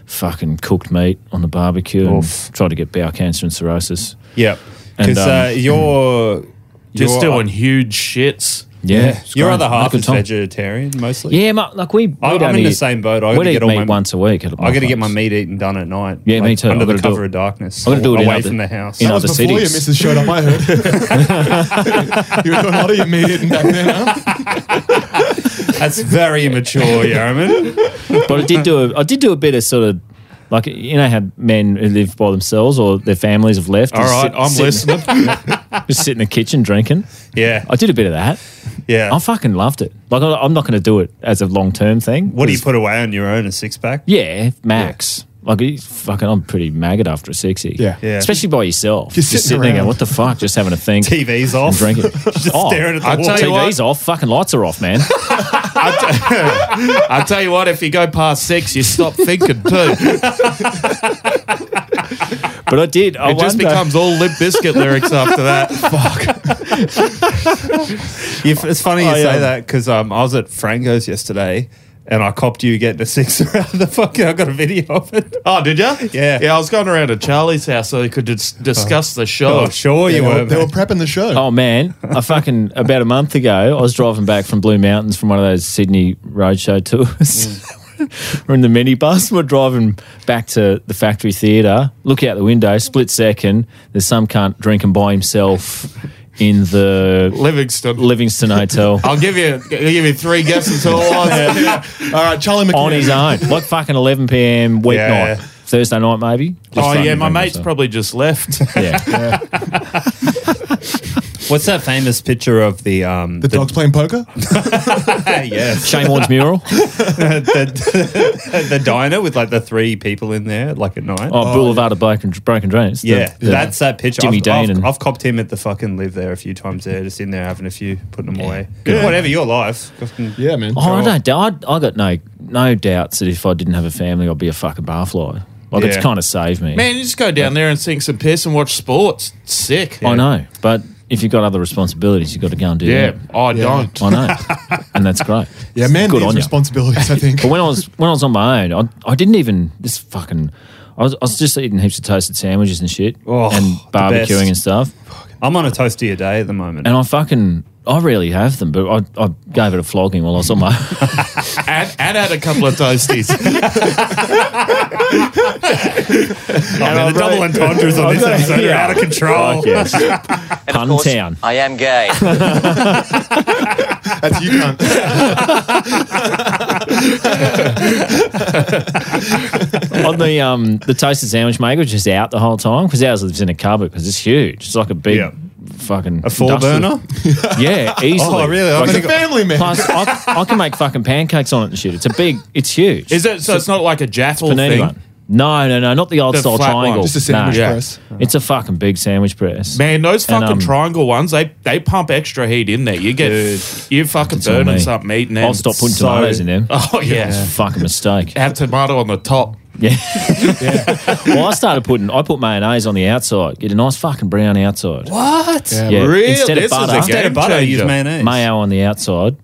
Speaker 3: fucking cooked meat on the barbecue
Speaker 8: Oof.
Speaker 3: and tried to get bowel cancer and cirrhosis.
Speaker 8: Yep.
Speaker 3: And,
Speaker 8: Because uh,
Speaker 3: um,
Speaker 8: you're
Speaker 6: Just
Speaker 8: you're-
Speaker 6: doing huge shits.
Speaker 3: Yeah.
Speaker 8: Yeah.
Speaker 3: it's
Speaker 8: Your
Speaker 3: great.
Speaker 8: other
Speaker 3: Had a
Speaker 8: half
Speaker 3: good
Speaker 8: is
Speaker 3: time.
Speaker 8: vegetarian mostly.
Speaker 3: Yeah, mate, like we.
Speaker 8: I-
Speaker 3: we'd
Speaker 8: I'm in
Speaker 3: only-
Speaker 8: the same boat. I
Speaker 3: we'd
Speaker 8: gotta
Speaker 3: eat
Speaker 8: get all
Speaker 3: meat
Speaker 8: my-
Speaker 3: once a week. At
Speaker 8: I got to get my
Speaker 3: place.
Speaker 8: meat eating done at night.
Speaker 3: Yeah, me
Speaker 8: like,
Speaker 3: too.
Speaker 8: Under
Speaker 3: I've
Speaker 8: the
Speaker 3: gotta do
Speaker 8: cover
Speaker 3: it-
Speaker 8: of darkness.
Speaker 3: I've gotta do it in
Speaker 8: away
Speaker 3: other-
Speaker 8: from the house.
Speaker 3: in
Speaker 7: That was
Speaker 3: other
Speaker 7: before
Speaker 3: cities.
Speaker 7: your missus showed up. I heard you were doing a lot of your meat eating back then. Huh?
Speaker 8: That's very immature, Yarman.
Speaker 3: but I did do a, I did do a bit of sort of like you know how men who live by themselves or their families have left.
Speaker 6: All
Speaker 3: just
Speaker 6: right,
Speaker 3: sit-
Speaker 6: I'm
Speaker 3: sit-
Speaker 6: listening.
Speaker 3: Just sit in the kitchen drinking.
Speaker 8: Yeah.
Speaker 3: I did a bit of that.
Speaker 8: Yeah.
Speaker 3: I fucking loved it. Like I, I'm not going to do it as a long term thing.
Speaker 8: what do you
Speaker 3: 'cause-
Speaker 8: put away on your own? A six pack?
Speaker 3: Yeah, max. Like it's fucking, I'm pretty maggot after a sixty.
Speaker 7: Yeah.
Speaker 8: Yeah.
Speaker 3: Especially by yourself.
Speaker 7: Just
Speaker 3: just
Speaker 7: sitting
Speaker 3: sitting there, going,
Speaker 7: around.
Speaker 3: what the fuck? Just having a think.
Speaker 8: TV's
Speaker 3: and
Speaker 8: off.
Speaker 3: Drinking.
Speaker 8: Just
Speaker 3: Oh,
Speaker 8: staring at the
Speaker 6: I
Speaker 8: wall.
Speaker 6: tell you
Speaker 3: TV's off. Fucking lights are off, man.
Speaker 6: I tell you what, if you go past six, you stop thinking too. It
Speaker 3: But I did. I
Speaker 6: just
Speaker 3: wonder-
Speaker 6: becomes all Limp Biscuit lyrics after that.
Speaker 8: You, it's funny you
Speaker 3: I,
Speaker 8: say
Speaker 3: um,
Speaker 8: that because um, I was at Frango's yesterday and I copped you getting a six around the fucking. I got a video of it.
Speaker 6: Oh, did you?
Speaker 8: Yeah.
Speaker 6: Yeah, I was going around to Charlie's house so we could dis- discuss the show.
Speaker 8: Oh, sure
Speaker 7: They
Speaker 8: you
Speaker 7: were,
Speaker 8: were.
Speaker 7: they were
Speaker 8: mate.
Speaker 7: prepping the show.
Speaker 3: Oh man, I fucking about a month ago, I was driving back from Blue Mountains from one of those Sydney roadshow tours. we're in the minibus. We're driving back to the factory theatre. Look out the window. Split second, there's some cunt drinking by himself in the
Speaker 6: Livingston.
Speaker 3: Livingston Hotel
Speaker 6: I'll give you I'll give you three guesses to all odds.
Speaker 7: All right, Charlie McCann.
Speaker 3: on his own, like fucking 11 p.m. weeknight,
Speaker 8: Yeah.
Speaker 3: Thursday night maybe. Just
Speaker 6: Oh
Speaker 3: fucking
Speaker 6: yeah, my
Speaker 3: drinking
Speaker 6: mate's
Speaker 3: himself.
Speaker 6: probably just left.
Speaker 3: Yeah.
Speaker 8: What's that famous picture of the um
Speaker 7: The dog's playing poker?
Speaker 8: yes.
Speaker 3: Shane Warne's mural.
Speaker 8: the, the diner with like the three people in there like at night.
Speaker 3: Oh, Boulevard of Broken, Broken Dreams. The-
Speaker 8: yeah,
Speaker 3: the-
Speaker 8: that's that picture.
Speaker 3: Jimmy
Speaker 8: I've,
Speaker 3: Dean
Speaker 8: I've,
Speaker 3: and-
Speaker 8: I've copped him at the fucking live there a few times there, just in there having a few, putting them away. Whatever your life. Fucking-
Speaker 7: Yeah, man.
Speaker 3: Oh, I don't. doubt- I, I got no no doubts that if I didn't have a family, I'd be a fucking barfly. Like it's
Speaker 8: Yeah.
Speaker 3: kind of saved me.
Speaker 6: Man, you just go down there and sing some piss and watch sports. It's sick.
Speaker 3: I know, but if you've got other responsibilities, you've got to go and do
Speaker 6: Yeah, I
Speaker 7: Yeah.
Speaker 6: don't.
Speaker 3: that. I know, and that's great.
Speaker 7: Yeah,
Speaker 3: It's
Speaker 7: man
Speaker 3: good
Speaker 7: needs
Speaker 3: on you.
Speaker 7: responsibilities, I think.
Speaker 3: But when I was when I was on my own, I, I didn't even this fucking. I was, I was just eating heaps of toasted sandwiches and shit,
Speaker 8: Oh,
Speaker 3: and
Speaker 8: the best.
Speaker 3: barbecuing and stuff.
Speaker 8: I'm on a toasty a day at the moment.
Speaker 3: And I fucking I rarely have them, but I, I gave it a flogging while I was on my.
Speaker 6: and, and had a couple of toasties.
Speaker 8: Oh, man, the double entendres on this episode are out of control.
Speaker 3: Fuck yes. Pun town.
Speaker 11: I am gay.
Speaker 7: That's you, cunt.
Speaker 3: on the um the toasted sandwich maker was just out the whole time because ours lives in a cupboard because it's huge. It's like a big
Speaker 8: Yeah.
Speaker 3: fucking
Speaker 8: A four
Speaker 3: industrial-
Speaker 8: burner?
Speaker 3: Yeah, easily.
Speaker 8: Oh, really?
Speaker 3: Like,
Speaker 8: I
Speaker 7: It's a
Speaker 8: think
Speaker 7: family man.
Speaker 3: plus, I, I can make fucking pancakes on it and shit. It's a big. It's huge.
Speaker 6: Is it? So it's not like a jaffle
Speaker 3: Panini
Speaker 6: thing.
Speaker 3: one. No, no, no, not the old
Speaker 6: The
Speaker 3: style
Speaker 6: flat one.
Speaker 3: triangle.
Speaker 7: Just a sandwich
Speaker 3: No.
Speaker 6: Yeah.
Speaker 7: press.
Speaker 3: It's a fucking big sandwich press.
Speaker 6: Man, those
Speaker 3: And,
Speaker 6: fucking
Speaker 3: um,
Speaker 6: triangle ones, they they pump extra heat in there. You get
Speaker 8: Dude.
Speaker 6: you fucking
Speaker 3: all
Speaker 6: burning
Speaker 3: me.
Speaker 6: something eating them.
Speaker 3: I'll stop putting
Speaker 6: So-
Speaker 3: tomatoes in them.
Speaker 6: Oh yeah.
Speaker 3: It's a fucking mistake.
Speaker 6: Have tomato on the top.
Speaker 3: Yeah. Well, I started putting. I put mayonnaise on the outside. Get a nice fucking brown outside.
Speaker 6: What?
Speaker 7: Yeah,
Speaker 3: Yeah.
Speaker 6: Really?
Speaker 3: Instead
Speaker 6: This is
Speaker 3: of
Speaker 6: a
Speaker 3: butter,
Speaker 6: game
Speaker 8: Instead of butter, use
Speaker 6: changer. uh,
Speaker 8: mayonnaise.
Speaker 3: mayo on the outside.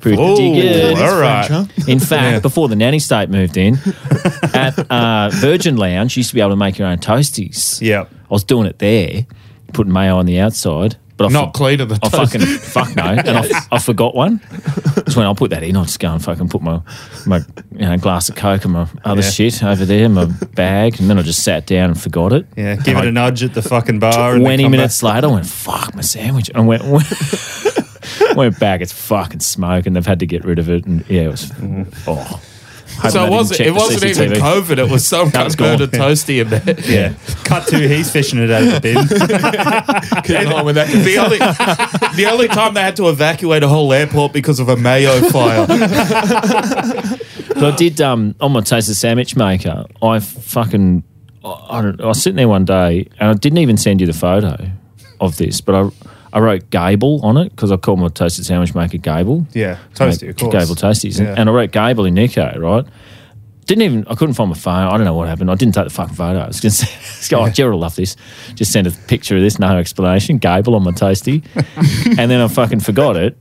Speaker 3: Pretty
Speaker 6: Oh,
Speaker 3: good.
Speaker 6: all right.
Speaker 7: French, huh?
Speaker 3: In fact, before the nanny state moved in, at uh, Virgin Lounge, you used to be able to make your own toasties.
Speaker 8: Yep.
Speaker 3: I was doing it there, putting mayo on the outside, but I
Speaker 6: Not
Speaker 3: for-
Speaker 6: clean at the
Speaker 3: I
Speaker 6: top.
Speaker 3: fucking fuck no, and I, I forgot one. So when I put that in, I just go and fucking put my my you know, glass of coke and my other
Speaker 8: Yeah.
Speaker 3: shit over there, my bag, and then I just sat down and forgot it.
Speaker 8: Yeah, give it a nudge at the fucking bar. and then
Speaker 3: Twenty
Speaker 8: come
Speaker 3: minutes
Speaker 8: back.
Speaker 3: later, I went fuck my sandwich, and I went went back. It's fucking smoke, and they've had to get rid of it. And yeah, it was
Speaker 8: Mm-hmm.
Speaker 3: oh. Hoping
Speaker 6: So it
Speaker 3: they didn't
Speaker 6: wasn't, it
Speaker 3: check the
Speaker 6: wasn't even
Speaker 3: CCTV.
Speaker 6: COVID. It was some
Speaker 3: That
Speaker 6: kind
Speaker 3: was
Speaker 6: of murder
Speaker 3: gone.
Speaker 6: toasty in there.
Speaker 8: Yeah. Cut to, he's fishing it out of the bin.
Speaker 7: Getting on with that.
Speaker 6: The only, the only time they had to evacuate a whole airport because of a mayo fire.
Speaker 3: But I did um on my toasted sandwich maker. I fucking I, I, don't- I was sitting there one day and I didn't even send you the photo of this, but I I wrote Gable on it because I called my toasted sandwich maker Gable.
Speaker 8: Yeah, toasty, of
Speaker 3: Make
Speaker 8: course.
Speaker 3: Gable toasties, And-
Speaker 8: Yeah.
Speaker 3: and I wrote Gable in Nico, right? Didn't even I couldn't find my phone. I don't know what happened. I didn't take the fucking photo. I was going to say, "Oh, Gerald love this." Just send a picture of this, no explanation. Gable on my toasty, and then I fucking forgot it.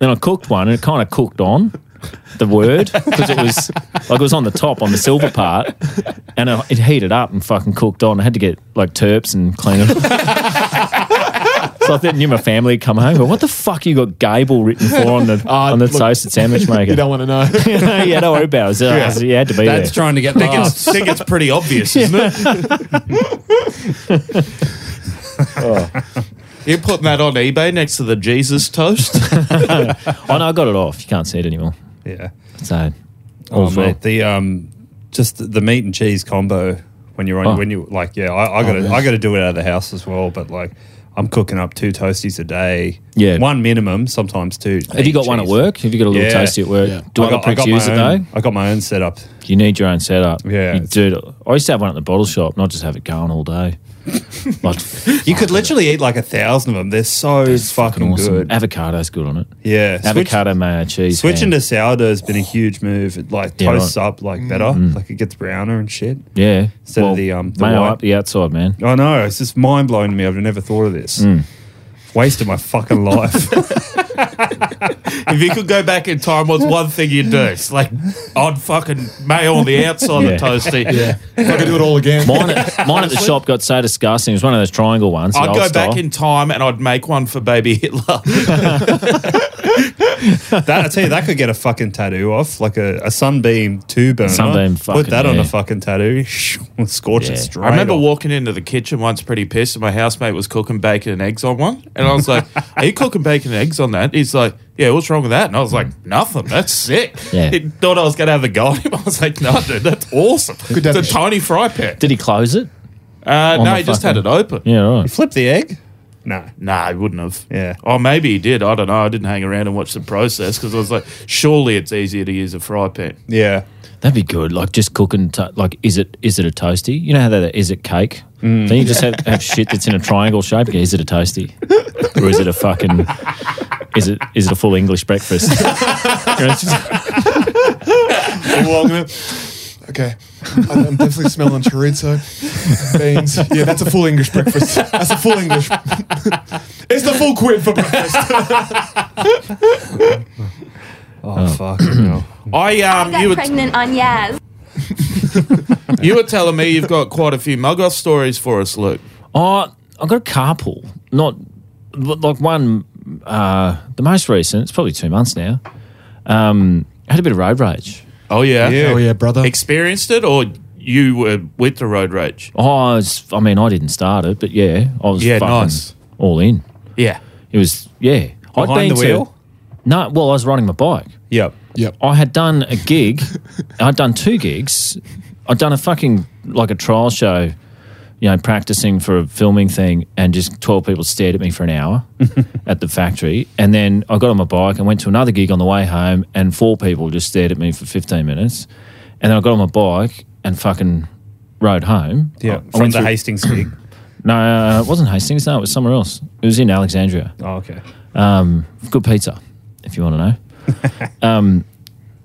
Speaker 3: Then I cooked one, and it kind of cooked on the word because it was like it was on the top on the silver part, and I- it heated up and fucking cooked on. I had to get like turps and clean it. so I think knew my family would come home. But what the fuck you got Gable written for on
Speaker 8: Oh,
Speaker 3: the on the
Speaker 7: look,
Speaker 3: toasted sandwich maker?
Speaker 7: You don't want to know.
Speaker 3: yeah, don't worry about it. Yeah. You had to be
Speaker 8: That's
Speaker 3: there.
Speaker 8: trying to get laughs.
Speaker 6: I think it's pretty obvious, isn't it?
Speaker 3: Oh.
Speaker 6: You're putting that on eBay next to the Jesus toast.
Speaker 3: Oh no, I got it off. You can't see it anymore.
Speaker 8: Yeah.
Speaker 3: So,
Speaker 8: Oh,
Speaker 3: all's well.
Speaker 8: mate, the um, just the meat and cheese combo when you're on
Speaker 3: Oh.
Speaker 8: when you like yeah, I, I gotta I gotta do it out of the house as well. But like, I'm cooking up two toasties a day.
Speaker 3: Yeah.
Speaker 8: one minimum, sometimes two.
Speaker 3: Have you got one at
Speaker 8: Cheese.
Speaker 3: work? Have you got a little
Speaker 8: Yeah.
Speaker 3: toasty at work?
Speaker 7: Yeah.
Speaker 3: Do
Speaker 8: I
Speaker 3: other
Speaker 8: got, I
Speaker 3: pricks
Speaker 8: got
Speaker 3: use it
Speaker 8: my own,
Speaker 3: though?
Speaker 8: I got my own setup.
Speaker 3: You need your own setup.
Speaker 8: Yeah,
Speaker 3: you
Speaker 8: it's-
Speaker 3: do. I used to have one at the bottle shop, not just have it going all day. like
Speaker 8: You could literally eat like a thousand of them. They're so fucking,
Speaker 3: fucking awesome.
Speaker 8: good.
Speaker 3: Avocado's good on it.
Speaker 8: yeah, switch-
Speaker 3: Avocado mayo cheese.
Speaker 8: Switching
Speaker 3: man.
Speaker 8: to sourdough has been a huge move. It like
Speaker 3: Yeah,
Speaker 8: toasts
Speaker 3: right.
Speaker 8: up like better, like it gets browner and shit.
Speaker 3: yeah,
Speaker 8: instead of the, um, the
Speaker 3: mayo
Speaker 8: white.
Speaker 3: up the outside, man.
Speaker 8: I know. It's just mind blowing to me. I've never thought of this. Wasted my fucking life.
Speaker 6: If you could go back in time, what's one thing you'd do? It's like I'd fucking mayo on the outside
Speaker 3: Yeah.
Speaker 6: of the toasty.
Speaker 7: If I could do it all again.
Speaker 3: Mine at, mine at the shop got so disgusting. It was one of those triangle ones. the
Speaker 6: I'd
Speaker 3: old
Speaker 6: go
Speaker 3: style.
Speaker 6: back in time and I'd make one for baby Hitler.
Speaker 8: That I tell you, that could get a fucking tattoo off, like a, a sunbeam two burner.
Speaker 3: Sunbeam fucking,
Speaker 8: Put that on
Speaker 3: yeah.
Speaker 8: a fucking tattoo. Scorch
Speaker 3: Yeah.
Speaker 8: it straight.
Speaker 6: I remember
Speaker 8: off.
Speaker 6: walking into the kitchen once pretty pissed and my housemate was cooking bacon and eggs on one. And I was like, Are you cooking bacon and eggs on that? He's like, Yeah, what's wrong with that? And I was like, Nothing. That's sick.
Speaker 3: Yeah.
Speaker 6: He thought I was going to have a go at him. I was like, No, dude, that's awesome.
Speaker 7: Good
Speaker 6: it's a
Speaker 7: damage.
Speaker 6: tiny fry pan.
Speaker 3: Did he close it?
Speaker 6: Uh,
Speaker 3: On
Speaker 6: no,
Speaker 3: the
Speaker 6: he just
Speaker 3: fucking-
Speaker 6: had it open.
Speaker 3: Yeah, right.
Speaker 8: Flip the egg. No.
Speaker 6: Nah, he wouldn't have.
Speaker 8: Yeah.
Speaker 6: Oh, maybe he did. I don't know. I didn't hang around and watch the process because I was like, surely it's easier to use a fry pan.
Speaker 8: Yeah.
Speaker 3: That'd be good. Like just cooking. To- like, is it is it a toasty? You know how that is it cake?
Speaker 6: Mm.
Speaker 3: Then you just have, have shit that's in a triangle shape. Yeah, is it a toasty? Or is it a fucking? Is it is it a full English breakfast? You know, it's just-
Speaker 7: Okay, I'm, I'm definitely smelling chorizo, beans. Yeah, that's a full English breakfast. That's a full English. it's the full quid for breakfast.
Speaker 8: Oh, fuck. no.
Speaker 6: I um, you were
Speaker 5: pregnant on Yaz.
Speaker 6: you were telling me you've got quite a few mug off stories for us, Luke.
Speaker 3: Oh, I've got a carpool. Not like one. Uh, the most recent. It's probably two months now. Um, I had a bit of road rage.
Speaker 6: Oh yeah,
Speaker 8: Yeah.
Speaker 7: Oh yeah, brother.
Speaker 6: Experienced it or you were with the road rage?
Speaker 3: Oh, I, was, I mean, I didn't start it, but yeah, I was
Speaker 6: Yeah,
Speaker 3: fucking
Speaker 6: nice.
Speaker 3: all in.
Speaker 6: Yeah.
Speaker 3: It was yeah. I'd
Speaker 8: Behind the
Speaker 3: to-
Speaker 8: wheel?
Speaker 3: no, well, I was riding my bike.
Speaker 8: Yep.
Speaker 7: yep.
Speaker 3: I had done a gig. I'd done two gigs. I'd done a fucking like a trial show, you know, practicing for a filming thing, and just twelve people stared at me for an hour at the factory. And then I got on my bike and went to another gig on the way home, and four people just stared at me for fifteen minutes. And then I got on my bike and fucking rode home. I- I
Speaker 8: Yeah. From
Speaker 3: went
Speaker 8: the
Speaker 3: through-
Speaker 8: Hastings gig.
Speaker 3: No, it wasn't Hastings. No, it was somewhere else. It was in Alexandria.
Speaker 8: Oh, okay.
Speaker 3: Um, good pizza, if you want to know. um,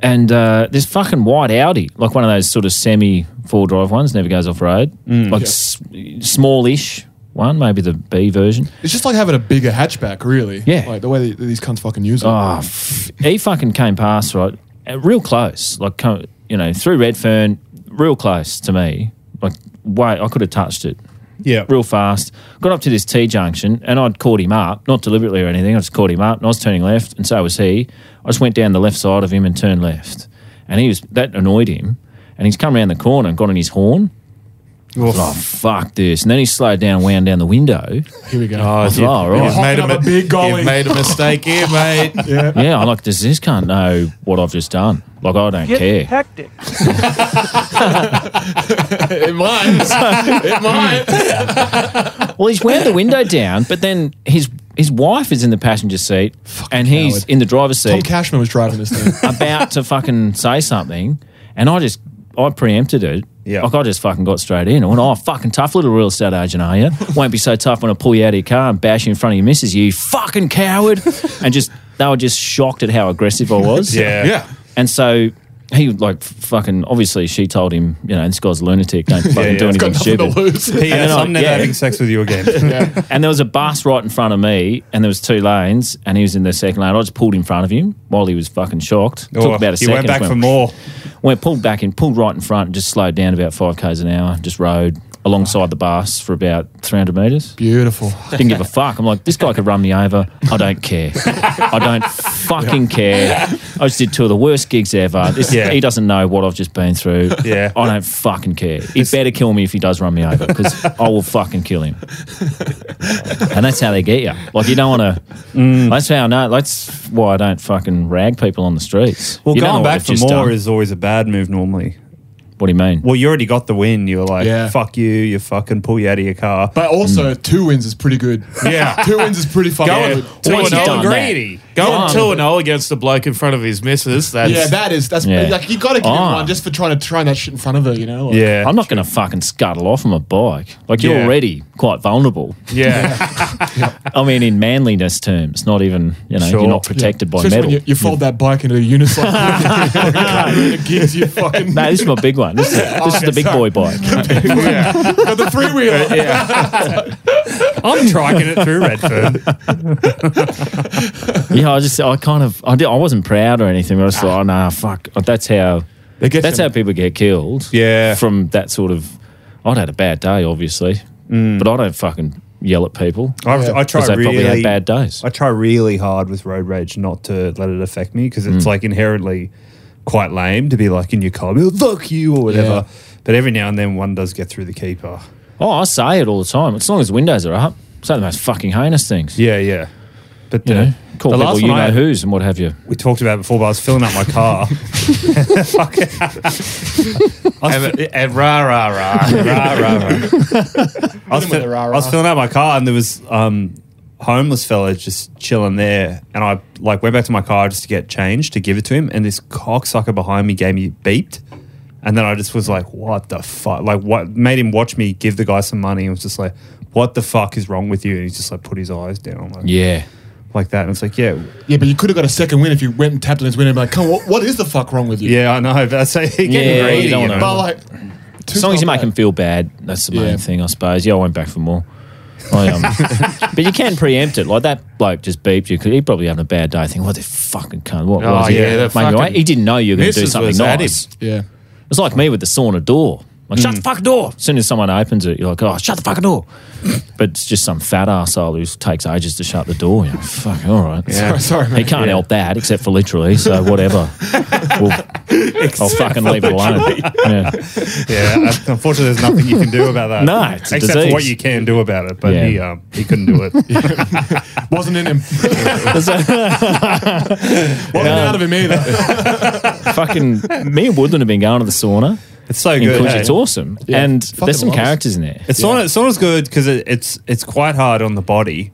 Speaker 3: and uh, this fucking white Audi, like one of those sort of semi four drive ones, never goes off road, like s- smallish one, maybe the B version.
Speaker 7: It's just like having a bigger hatchback, really.
Speaker 3: Yeah.
Speaker 7: Like the way that these cunts fucking use it.
Speaker 3: Oh, f- he fucking came past, right? uh, Real close, like, co- you know, through Redfern, real close to me. Like, wait, I could have touched it.
Speaker 8: Yeah.
Speaker 3: real fast. Got up to this T junction and I'd caught him up, not deliberately or anything. I just caught him up and I was turning left and so was he. I just went down the left side of him and turned left. And he was, that annoyed him. And he's come around the corner and got on his horn. Oh, fuck this. And then he slowed down, wound down the window.
Speaker 7: Here we go.
Speaker 3: I was like, oh, right.
Speaker 7: Hopping up a big
Speaker 6: You've
Speaker 7: goalie.
Speaker 6: made a mistake here, mate.
Speaker 3: Yeah, I'm like, does this cunt know what I've just done? Like, I don't care.
Speaker 10: hectic.
Speaker 7: it might. it might.
Speaker 3: Well, he's wound the window down, but then his his wife is in the passenger seat and he's
Speaker 7: coward.
Speaker 3: in the driver's
Speaker 7: Tom
Speaker 3: seat.
Speaker 7: Cashman was driving this thing.
Speaker 3: about to fucking say something, and I just I preempted it.
Speaker 8: Yeah.
Speaker 3: Like I just fucking got straight in. I went, oh, fucking tough little real estate agent, are you? Won't be so tough when I pull you out of your car and bash you in front of your missus, you fucking coward. and just, they were just shocked at how aggressive I was.
Speaker 8: Yeah.
Speaker 7: yeah.
Speaker 3: And so he, like, f- fucking, obviously she told him, you know, this guy's a lunatic, don't fucking
Speaker 8: yeah,
Speaker 3: do
Speaker 8: it's
Speaker 7: Got
Speaker 3: anything
Speaker 7: nothing to
Speaker 3: stupid.
Speaker 7: lose.
Speaker 8: P.S.
Speaker 3: And then I-
Speaker 8: I'm never
Speaker 3: yeah.
Speaker 8: having sex with you again.
Speaker 3: And there was a bus right in front of me, and there was two lanes, and he was in the second lane. I just pulled in front of him while he was fucking shocked.
Speaker 8: Oh,
Speaker 3: Took about a
Speaker 8: you
Speaker 3: second.
Speaker 8: went back
Speaker 3: Just
Speaker 8: for more.
Speaker 3: Went pulled back in, pulled right in front, and just slowed down about five k's an hour. Just rode alongside the bus for about three hundred meters.
Speaker 7: Beautiful.
Speaker 3: Didn't give a fuck. I'm like, this guy could run me over. I don't care. I don't fucking care. I just did two of the worst gigs ever. This,
Speaker 8: Yeah.
Speaker 3: He doesn't know what I've just been through.
Speaker 8: Yeah.
Speaker 3: I don't fucking care. He better kill me if he does run me over because I will fucking kill him. and that's how they get you. Like you don't want to.
Speaker 8: Mm.
Speaker 3: That's how. No, that's why I don't fucking rag people on the streets.
Speaker 8: Well,
Speaker 3: You don't know
Speaker 8: going
Speaker 3: what
Speaker 8: back
Speaker 3: they've
Speaker 8: for
Speaker 3: just
Speaker 8: more
Speaker 3: done.
Speaker 8: is always a bad move normally.
Speaker 3: What do you mean?
Speaker 8: Well, you already got the win. You're like,
Speaker 7: Yeah.
Speaker 8: fuck you. You fucking pull you out of your car.
Speaker 7: But
Speaker 3: Mm.
Speaker 7: also, two wins is pretty good.
Speaker 6: Yeah.
Speaker 7: two wins is pretty fucking
Speaker 6: Going
Speaker 7: good.
Speaker 6: two
Speaker 3: Once
Speaker 6: and zero,
Speaker 3: you've done that.
Speaker 6: greedy. Going two and zero against the bloke in front of his missus. That's
Speaker 7: Yeah, that is. That's
Speaker 3: Yeah.
Speaker 7: like you got to give him
Speaker 3: Ah.
Speaker 7: one just for trying to try that shit in front of her. You know. Like,
Speaker 8: yeah.
Speaker 3: I'm not going to fucking scuttle off on my bike. Like you're
Speaker 8: Yeah.
Speaker 3: already quite vulnerable.
Speaker 6: yeah.
Speaker 3: I mean, in manliness terms, not even you know
Speaker 8: Sure.
Speaker 3: you're not protected by
Speaker 7: Especially
Speaker 3: metal.
Speaker 7: when you, you fold that bike into a unicycle. it gives you fucking.
Speaker 3: no, this is my big one. This is, this is the big boy bike.
Speaker 7: Got the three wheeler.
Speaker 8: I'm triking it through Redfern.
Speaker 3: yeah, I just I kind of I did, I wasn't proud or anything. I was like, oh nah, fuck. That's how
Speaker 7: They get
Speaker 3: that's
Speaker 7: you.
Speaker 3: how people get killed.
Speaker 8: Yeah.
Speaker 3: from that sort of. I'd had a bad day, obviously,
Speaker 8: Mm.
Speaker 3: but I don't fucking yell at people
Speaker 8: I, I try
Speaker 3: because they probably
Speaker 8: really
Speaker 3: had bad days.
Speaker 8: I try really hard with road rage not to let it affect me because it's like inherently quite lame to be like in your car, be like, fuck you or whatever. But every now and then one does get through the keeper.
Speaker 3: oh, I say it all the time. As long as the windows are up, it's not the most fucking heinous things.
Speaker 8: Yeah, yeah. But
Speaker 3: You
Speaker 8: uh,
Speaker 3: know, call
Speaker 8: the
Speaker 3: people
Speaker 8: last
Speaker 3: you
Speaker 8: one I
Speaker 3: know
Speaker 8: had-
Speaker 3: who's and what have you.
Speaker 8: we talked about it before, but I was filling up my car. Fuck. I was-
Speaker 6: and, and rah rah rah.
Speaker 8: Rah, rah, rah. I was,
Speaker 7: Hit 'em with a rah,
Speaker 8: I was
Speaker 7: rah.
Speaker 8: filling out my car and there was um, homeless fella just chilling there, and I like went back to my car just to get change to give it to him, and this cocksucker behind me gave me beeped, and then I just was like, "What the fuck?" Like, what made him watch me give the guy some money? and was just like, "What the fuck is wrong with you?" And he just like put his eyes down, like,
Speaker 3: Yeah.
Speaker 8: like that, and it's like, "Yeah,
Speaker 7: Yeah, but you could have got a second win if you went and tapped on his window and be like, come on, what, what is the fuck wrong with you?
Speaker 8: yeah, I know." But I say, getting
Speaker 3: Yeah, you
Speaker 8: greedy,
Speaker 3: don't
Speaker 8: you
Speaker 3: wanna-
Speaker 8: know?
Speaker 7: But like,
Speaker 3: As long as you make him
Speaker 7: him.
Speaker 3: feel bad, that's the main
Speaker 7: Yeah.
Speaker 3: thing, I suppose. Yeah, I went back for more. I, um, but you can preempt it. Like that bloke just beeped you. 'cause He probably having a bad day. Thinking, what the fucking cunt? What
Speaker 6: Oh,
Speaker 3: was he?
Speaker 6: yeah, that
Speaker 3: Maybe
Speaker 6: fucking-
Speaker 3: he didn't know you were going to do
Speaker 6: Mrs.
Speaker 3: something
Speaker 6: was at him.
Speaker 3: nice.
Speaker 7: Yeah.
Speaker 3: It's like me with the sauna door. Like, shut the fucking door. As soon as someone opens it, you're like, oh, shut the fucking door. but it's just some fat arsehole who takes ages to shut the door. You're like, fuck, all right.
Speaker 7: Sorry, sorry,
Speaker 3: He
Speaker 7: mate.
Speaker 3: can't help that, except for literally, so whatever. we'll, I'll fucking leave it alone. Yeah.
Speaker 8: Yeah, uh, unfortunately, there's nothing you can do about that.
Speaker 3: No, it's a
Speaker 8: except for
Speaker 3: disease.
Speaker 8: what you can do about it. But
Speaker 3: Yeah.
Speaker 8: he um, he couldn't do it.
Speaker 7: Wasn't in him. Wasn't out of him either.
Speaker 3: fucking me and Woodland have been going to the sauna
Speaker 8: It's so
Speaker 3: in
Speaker 8: good.
Speaker 3: Coogee.
Speaker 8: hey?
Speaker 3: It's awesome,
Speaker 7: Yeah.
Speaker 3: and
Speaker 7: Fucking
Speaker 3: there's some
Speaker 7: loves it.
Speaker 3: characters in there.
Speaker 8: It's sauna, sauna's good because it, it's it's quite hard on the body,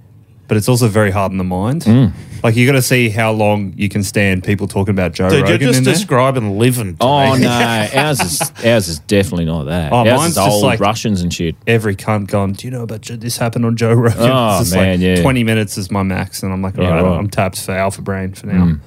Speaker 8: but it's also very hard on the mind.
Speaker 3: Mm.
Speaker 8: Like you got to see how long you can stand people talking about Joe
Speaker 6: Dude, you're
Speaker 8: Rogan
Speaker 6: just
Speaker 8: in there.
Speaker 6: describing living. to
Speaker 3: oh
Speaker 6: me.
Speaker 3: no, ours is ours is definitely not that.
Speaker 8: Oh,
Speaker 3: ours
Speaker 8: mine's
Speaker 3: is
Speaker 8: just
Speaker 3: old
Speaker 8: like-
Speaker 3: Russians and shit.
Speaker 8: Every cunt gone. Do you know about Joe- this happened on Joe Rogan?
Speaker 3: Oh,
Speaker 8: It's just
Speaker 3: man, yeah.
Speaker 8: Twenty minutes is my max, and I'm like, all
Speaker 3: Yeah,
Speaker 8: right,
Speaker 3: right. Mm.
Speaker 8: I'm tapped for alpha brain for now.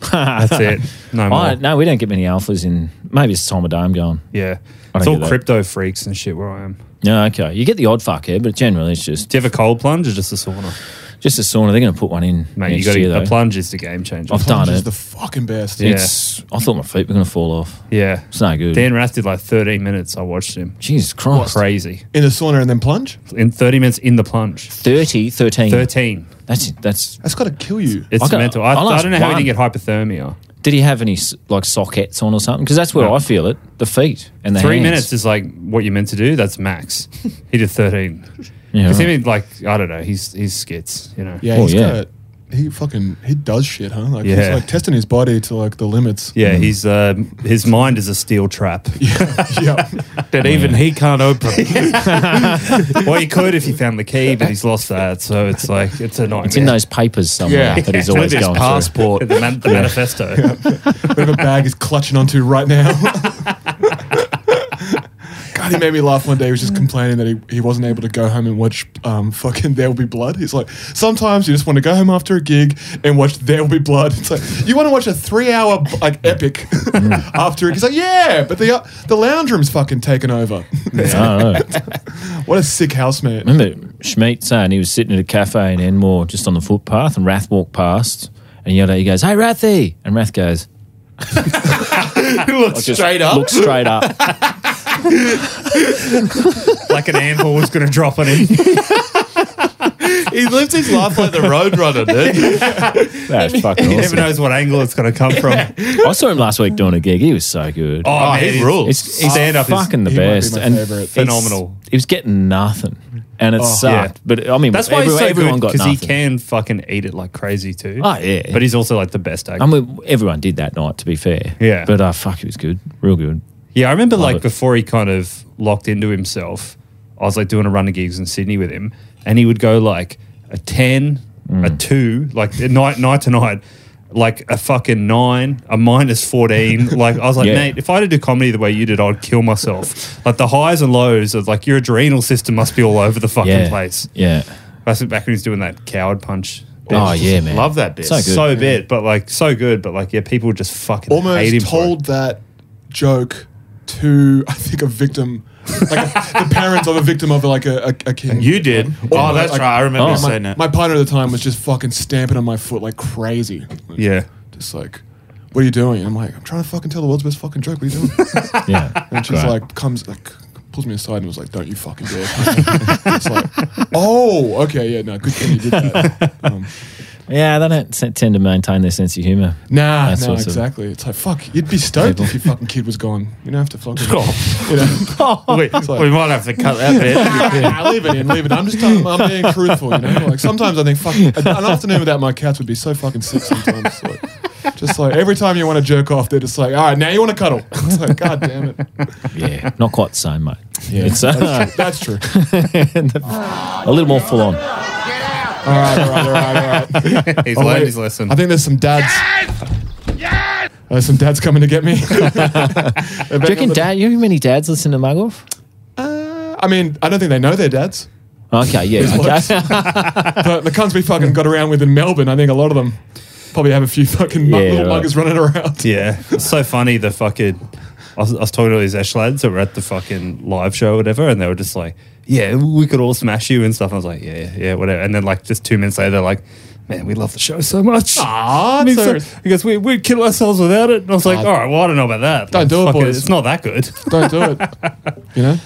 Speaker 8: That's it. No more.
Speaker 3: I, no, we don't get many alphas in. Maybe it's time of day I'm going.
Speaker 8: Yeah,
Speaker 3: I
Speaker 8: it's
Speaker 3: don't
Speaker 8: all
Speaker 3: get that.
Speaker 8: crypto freaks and shit where I am.
Speaker 3: No, okay. You get the odd fuck here, but generally it's just
Speaker 8: Do you have a cold plunge or just a sauna?
Speaker 3: just a sauna. They're going to put one in
Speaker 8: Mate, you
Speaker 3: next
Speaker 8: got
Speaker 3: year though.
Speaker 8: a plunge is the game changer.
Speaker 3: I've done
Speaker 7: Plunge is
Speaker 3: it.
Speaker 7: the fucking best.
Speaker 8: Yeah.
Speaker 3: It's. I thought my feet were going to fall off.
Speaker 8: Yeah,
Speaker 3: It's no good.
Speaker 8: Dan Rath did like 13 minutes. I watched him.
Speaker 3: Jesus Christ.
Speaker 8: Crazy
Speaker 7: In the sauna and then plunge?
Speaker 8: in 30 minutes in the plunge.
Speaker 3: 30, 13.
Speaker 8: 13.
Speaker 3: That's that's
Speaker 7: That's got to kill you.
Speaker 8: It's
Speaker 3: I got-
Speaker 8: mental. I,
Speaker 3: I
Speaker 8: I
Speaker 3: lost
Speaker 8: don't know how he
Speaker 3: one.
Speaker 8: didn't get hypothermia.
Speaker 3: Did he have any s- like sockets on or something? Because that's where
Speaker 8: No.
Speaker 3: I feel it. The feet and the
Speaker 8: Three
Speaker 3: hands.
Speaker 8: minutes is like what you're meant to do. That's max. he did 13.
Speaker 3: Yeah,
Speaker 8: Because
Speaker 3: right.
Speaker 8: he like I don't know. He's he's skits. You know.
Speaker 7: Yeah,
Speaker 3: Oh,
Speaker 7: he's
Speaker 3: yeah.
Speaker 7: got. He fucking he does shit, huh? Like he's
Speaker 8: Yeah.
Speaker 7: like testing his body to like the limits.
Speaker 8: Yeah, he's uh, his mind is a steel trap.
Speaker 7: yeah.
Speaker 8: Oh,
Speaker 6: that even he can't open.
Speaker 8: well, he could if he found the key, but he's lost that. So it's like it's a nightmare.
Speaker 3: It's in those papers somewhere
Speaker 6: Yeah.
Speaker 3: that he's
Speaker 8: Yeah.
Speaker 3: always
Speaker 8: With his
Speaker 3: going through.
Speaker 8: passport, the, man- the manifesto.
Speaker 7: Whatever bag he's clutching onto right now. God, he made me laugh one day. He was just complaining that he, he wasn't able to go home and watch um, fucking There Will Be Blood. He's like, sometimes you just want to go home after a gig and watch There Will Be Blood. It's like, you want to watch a three hour like epic after it. He's like, yeah, but the, uh, the lounge room's fucking taken over.
Speaker 3: I don't know.
Speaker 7: what a sick housemate.
Speaker 3: Remember Schmeat saying he was sitting at a cafe in Enmore just on the footpath and Rath walked past and yelled out, he goes, Hey Rathy and Rath goes,
Speaker 6: Look straight up.
Speaker 3: Look straight up.
Speaker 8: like an anvil was going to drop on him.
Speaker 6: He lives his life like the roadrunner, dude.
Speaker 3: That's fucking
Speaker 8: He never
Speaker 3: awesome.
Speaker 8: knows what angle it's going to come from.
Speaker 3: I saw him last week doing a gig. He was so good.
Speaker 6: Oh, he
Speaker 8: he's-
Speaker 6: rules.
Speaker 3: It's, he's
Speaker 8: Stand up is-
Speaker 3: fucking the
Speaker 7: he might be
Speaker 3: best
Speaker 7: my
Speaker 3: and
Speaker 7: favourite.
Speaker 3: it's-
Speaker 8: Phenomenal. Oh,
Speaker 3: He was getting nothing, and it sucked.
Speaker 8: Yeah.
Speaker 3: But I mean,
Speaker 8: That's why
Speaker 3: every-
Speaker 8: he's so
Speaker 3: everyone
Speaker 8: good
Speaker 3: got
Speaker 8: because
Speaker 3: nothing.
Speaker 8: he can fucking eat it like crazy too.
Speaker 3: Oh, yeah.
Speaker 8: but he's also like the best actor.
Speaker 3: I mean, everyone did that night, to be fair.
Speaker 8: Yeah.
Speaker 3: But uh, fuck, it was good. Real good.
Speaker 8: yeah, I remember like
Speaker 3: it.
Speaker 8: before he kind of locked into himself, I was like doing a run of gigs in Sydney with him, and he would go like a ten,
Speaker 3: Mm.
Speaker 8: a two, like night night to night. Like a fucking nine, a minus 14. Like, I was like,
Speaker 3: Yeah.
Speaker 8: Nate, if I had to do comedy the way you did, I'd kill myself. Like, the highs and lows of like your adrenal system must be all over the fucking
Speaker 3: Yeah.
Speaker 8: place.
Speaker 3: Yeah.
Speaker 8: I was back when he was doing that coward punch. bit.
Speaker 3: Oh, yeah, man.
Speaker 6: Love that bit.
Speaker 3: So good.
Speaker 8: so bit, but like so good, but like yeah, people just fucking hate him
Speaker 7: almost
Speaker 8: for
Speaker 7: told that joke to I think a victim, like the parents of a victim of like a, a, a king.
Speaker 6: You did. Oh, that's right. I remember
Speaker 3: Oh.
Speaker 6: saying that.
Speaker 7: My partner at the time was just fucking stamping on my foot like crazy. Like,
Speaker 8: it. Yeah,
Speaker 7: Just like, what are you doing? I'm like, I'm trying to fucking tell the world's best fucking joke. What are you doing?
Speaker 3: Yeah.
Speaker 7: And she's like, comes like, pulls me aside and was like, don't you fucking do it. it's like, oh, okay, yeah, no, good thing you did that. Um,
Speaker 3: yeah, they don't se- tend to maintain their sense of humour.
Speaker 7: Nah,
Speaker 3: That's
Speaker 7: no,
Speaker 3: awesome.
Speaker 7: exactly. It's like fuck. You'd be stoked if your fucking kid was gone. You don't have to fucking.
Speaker 3: Oh.
Speaker 7: You know?
Speaker 6: we,
Speaker 7: Oh, like-
Speaker 6: we might have to cut that bit.
Speaker 7: yeah, leave it in, leave it. in. I'm just telling. I'm being truthful. You know, like sometimes I think fucking an afternoon without my cats would be so fucking sick. Sometimes, like, just like every time you want to jerk off, they're just like, all right, now you want to cuddle. It's like, god damn it.
Speaker 3: Yeah. Not quite the same, mate.
Speaker 7: Yeah,
Speaker 3: It's
Speaker 7: that's
Speaker 3: uh,
Speaker 7: true. That's true.
Speaker 3: a little more full on.
Speaker 9: Get out!
Speaker 7: All right, all right, all right, all right.
Speaker 8: He's
Speaker 7: Oh,
Speaker 8: learned
Speaker 7: wait.
Speaker 8: his lesson.
Speaker 7: I think there's some dads. Yes! There's some dads coming to get me.
Speaker 3: Do you reckon dad? You know how many dads listen to Mug Off?
Speaker 7: Uh, I mean, I don't think they know their dads.
Speaker 3: Okay, yeah.
Speaker 7: blokes.
Speaker 3: Okay.
Speaker 7: The, the cunts we fucking got around with in Melbourne, I think a lot of them probably have a few fucking mu-
Speaker 3: Yeah,
Speaker 7: little
Speaker 3: right.
Speaker 7: muggers running around.
Speaker 8: Yeah, it's so funny. The fucking, I was, I was talking to these Ash lads that were at the fucking live show or whatever, and they were just like, "Yeah, we could all smash you and stuff." I was like, "Yeah, yeah, yeah, whatever." And then like just two minutes later, they're like, "Man, we love the show so much."
Speaker 7: Ah,
Speaker 8: And he's
Speaker 7: so-
Speaker 8: like- he goes, "We we'd kill ourselves without it." And I was like,
Speaker 7: Ah.
Speaker 8: "All right, well, I don't know about that.
Speaker 7: Don't
Speaker 8: Like,
Speaker 7: do it,
Speaker 8: fuck
Speaker 7: boys.
Speaker 8: It's not that good."
Speaker 7: Don't do it. You know?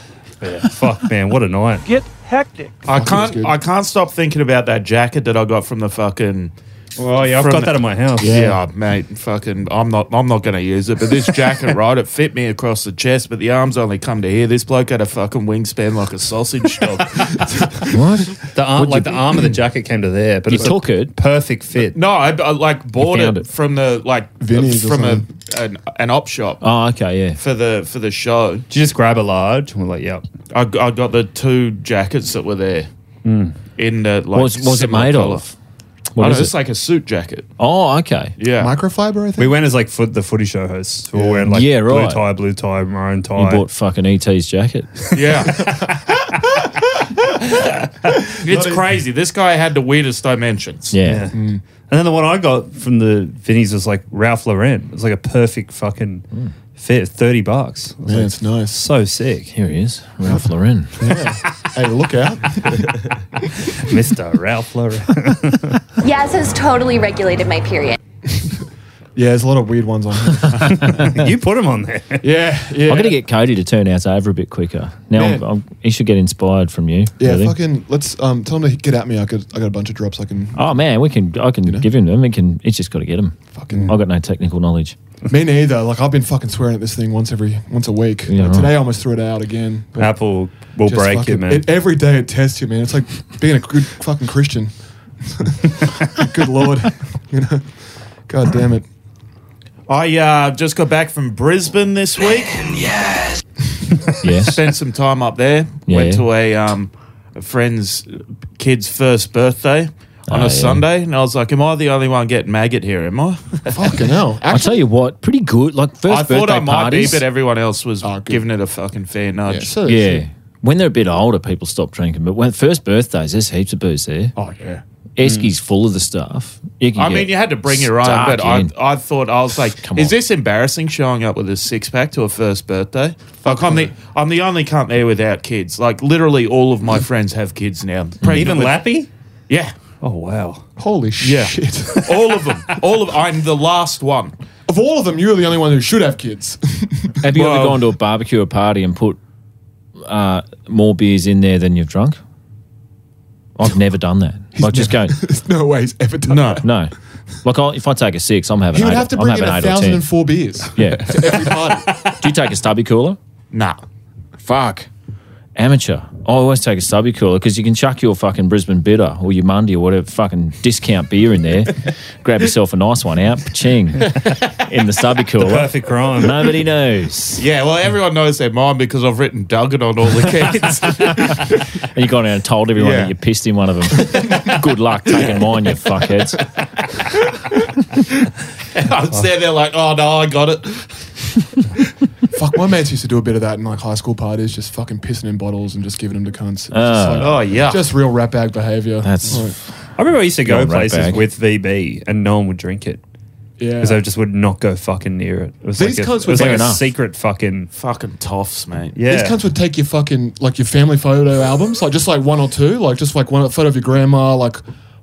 Speaker 8: But yeah, fuck, man, what a night.
Speaker 6: I
Speaker 7: it's good.
Speaker 6: can't. I can't stop thinking about that jacket that I got from the fucking.
Speaker 8: Oh yeah, I've
Speaker 6: From-
Speaker 8: got that in my house.
Speaker 6: Yeah, mate. Fucking. I'm not. I'm not going to use it. But this jacket, right? It fit me across the chest, but the arms only come to here. This bloke had a fucking wingspan like a sausage dog.
Speaker 3: what?
Speaker 8: the arm, like the arm of the jacket came to there, but
Speaker 3: You
Speaker 8: it's a
Speaker 3: took it?
Speaker 8: perfect fit.
Speaker 6: no, I, I like bought
Speaker 3: You found
Speaker 6: it,
Speaker 3: it.
Speaker 6: from the like
Speaker 7: Vinny's or
Speaker 6: from a an, an op shop
Speaker 3: Oh, okay, yeah.
Speaker 6: for the for the show.
Speaker 8: Did you just grab a large? And we're like, "Yep."
Speaker 6: I, I got the two jackets that were there in the like.
Speaker 3: What Hmm. was, what was it
Speaker 6: similar
Speaker 3: made
Speaker 6: colour.
Speaker 3: of?
Speaker 6: I
Speaker 3: What
Speaker 6: don't
Speaker 3: is
Speaker 6: know,
Speaker 3: it?
Speaker 6: it's like a suit jacket.
Speaker 3: oh, okay.
Speaker 6: Yeah.
Speaker 7: Microfiber, I think.
Speaker 8: We went as like foot, the footy show hosts. We were wearing like
Speaker 3: Yeah,
Speaker 8: blue
Speaker 3: right.
Speaker 8: tie, blue tie, maroon tie.
Speaker 3: You bought fucking ET's jacket.
Speaker 6: Yeah. it's crazy. This guy had the weirdest dimensions.
Speaker 3: Yeah.
Speaker 8: And then the one I got from the Vinnies was like Ralph Lauren. It was like a perfect fucking fit, thirty bucks. I was
Speaker 7: Yeah,
Speaker 8: like,
Speaker 7: it's nice.
Speaker 8: so sick,
Speaker 3: Here he is, Ralph Lauren.
Speaker 7: Hey, look out.
Speaker 8: Mister Ralph Lauren.
Speaker 5: Yaz has totally regulated my period.
Speaker 7: Yeah, there's a lot of weird ones on here.
Speaker 8: you put him on there.
Speaker 7: Yeah, yeah.
Speaker 3: I'm going to get Cody to turn ours over a bit quicker. Now, I'm,
Speaker 7: Yeah.
Speaker 3: I'm, he should get inspired from you.
Speaker 7: Yeah,
Speaker 3: really.
Speaker 7: fucking. Let's um, tell him to get at me. I could. I got a bunch of drops. I can.
Speaker 3: Oh man, we can. I can give him them. We can. He's just got to get them.
Speaker 7: Fucking-
Speaker 3: I've got no technical knowledge.
Speaker 7: Me neither. Like I've been fucking swearing at this thing once every once a week.
Speaker 3: Yeah,
Speaker 7: Like,
Speaker 3: right.
Speaker 7: Today I almost threw it out again. but
Speaker 8: Apple will
Speaker 7: just
Speaker 8: break you,
Speaker 7: fucking-
Speaker 8: man.
Speaker 7: It, every day it tests you, man. It's like being a good fucking Christian. good lord, you know. God damn it.
Speaker 6: I uh, just got back from Brisbane this week.
Speaker 3: Yes.
Speaker 6: Spent some time up there.
Speaker 3: Yeah.
Speaker 6: Went to a, um, a friend's kid's first birthday on
Speaker 3: Ah,
Speaker 6: a
Speaker 3: yeah.
Speaker 6: Sunday, and I was like, "Am I the only one getting maggot here? Am I?"
Speaker 7: Fucking hell.
Speaker 3: I tell you what, pretty good. Like first
Speaker 6: I thought
Speaker 3: birthday
Speaker 6: I might
Speaker 3: parties.
Speaker 6: be, but everyone else was
Speaker 7: Oh, good.
Speaker 6: giving it a fucking fair nudge.
Speaker 7: so
Speaker 3: yeah. When they're a bit older, people stop drinking. But when first birthdays, there's heaps of booze there.
Speaker 6: Oh yeah. Mm.
Speaker 3: Eskie's full of the stuff. You can
Speaker 6: I
Speaker 3: get
Speaker 6: mean, you had to bring your own,
Speaker 3: stuck
Speaker 6: but I,
Speaker 3: in.
Speaker 6: I thought I was like,
Speaker 3: Come
Speaker 6: "Is
Speaker 3: on.
Speaker 6: this embarrassing? Showing up with a six pack to a first birthday? Like, I'm the I'm the only cunt there without kids. Like, literally, all of
Speaker 3: Mm.
Speaker 6: my friends have kids now. Pregnant
Speaker 8: Even
Speaker 6: with-
Speaker 8: Lappy.
Speaker 6: yeah,
Speaker 8: Oh wow.
Speaker 7: Holy
Speaker 6: Yeah.
Speaker 7: shit.
Speaker 6: all of them, all of. I'm the last one.
Speaker 7: of all of them, you're the only one who should have kids.
Speaker 3: Have you ever
Speaker 6: Well-
Speaker 3: gone to a barbecue or party and put uh, more beers in there than you've drunk? I've never done that. Like just going,
Speaker 7: There's no way he's ever done that.
Speaker 3: no. Like I'll, if I take a six, I'm having.
Speaker 7: He would
Speaker 3: eight,
Speaker 7: have to
Speaker 3: I'm
Speaker 7: bring in
Speaker 3: having
Speaker 7: a
Speaker 3: eight or
Speaker 7: thousand
Speaker 3: ten.
Speaker 7: and four beers.
Speaker 3: Yeah.
Speaker 7: Every party.
Speaker 3: Do you take a stubby cooler?
Speaker 6: Nah,
Speaker 3: Fuck. Amateur. I always take a stubby cooler because you can chuck your fucking Brisbane bitter or your Mundy or whatever fucking discount beer in there. grab yourself a nice one out, ching, in the stubby cooler.
Speaker 8: Perfect crime.
Speaker 3: Nobody knows.
Speaker 6: yeah. Well, everyone knows they're mine because I've written Duggan on all the kids.
Speaker 3: And you gone out and told everyone
Speaker 6: Yeah.
Speaker 3: that you pissed in one of them. Good luck taking mine, you fuckheads.
Speaker 6: I'm standing there like, "Oh no, I got it."
Speaker 7: Fuck, my mates used to do a bit of that in like high school parties, just fucking pissing in bottles and just giving them to cunts. It's just, like,
Speaker 6: Oh yeah.
Speaker 7: just real rat bag behaviour.
Speaker 3: That's-
Speaker 7: Like,
Speaker 8: I remember I used to
Speaker 3: You're
Speaker 8: go
Speaker 3: a rat
Speaker 8: places
Speaker 3: bag.
Speaker 8: with VB and no one would drink it
Speaker 7: yeah.
Speaker 8: because I just would not go fucking near it. It was
Speaker 7: These
Speaker 8: like a,
Speaker 7: cunts
Speaker 8: it
Speaker 7: were
Speaker 8: was like
Speaker 3: fair
Speaker 8: a
Speaker 3: enough.
Speaker 8: secret fucking
Speaker 6: fucking toffs, mate.
Speaker 8: yeah.
Speaker 7: These cunts would take your fucking like your family photo albums, like just like one or two, like just like one photo of your grandma. Like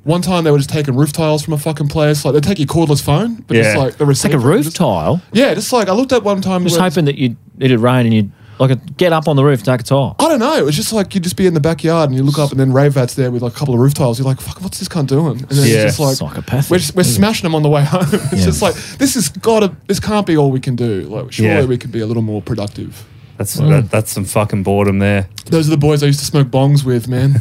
Speaker 7: one time they were just taking roof tiles from a fucking place. Like they take your cordless phone, but just
Speaker 8: Yeah.
Speaker 7: like the
Speaker 3: It's like a roof tile.
Speaker 7: Yeah, just like I looked at one time.
Speaker 3: Just
Speaker 7: where-
Speaker 3: hoping that you'd, it'd rain and you'd like get up on the roof, take a tile.
Speaker 8: Oh,
Speaker 7: I don't know. It was just like you'd just be in the backyard and you look up and then Ravat's there with like a couple of roof tiles. You're like, fuck, what's this cunt doing? And then
Speaker 8: Yeah.
Speaker 7: it's just like
Speaker 3: Psychopathic.
Speaker 7: We're, just, we're smashing them on the way home. it's
Speaker 3: Yeah.
Speaker 7: just like this has gotta this can't be all we can do. Like surely
Speaker 8: Yeah.
Speaker 7: we could be a little more productive.
Speaker 8: That's that, that's some fucking boredom there.
Speaker 7: Those are the boys I used to smoke bongs with, man.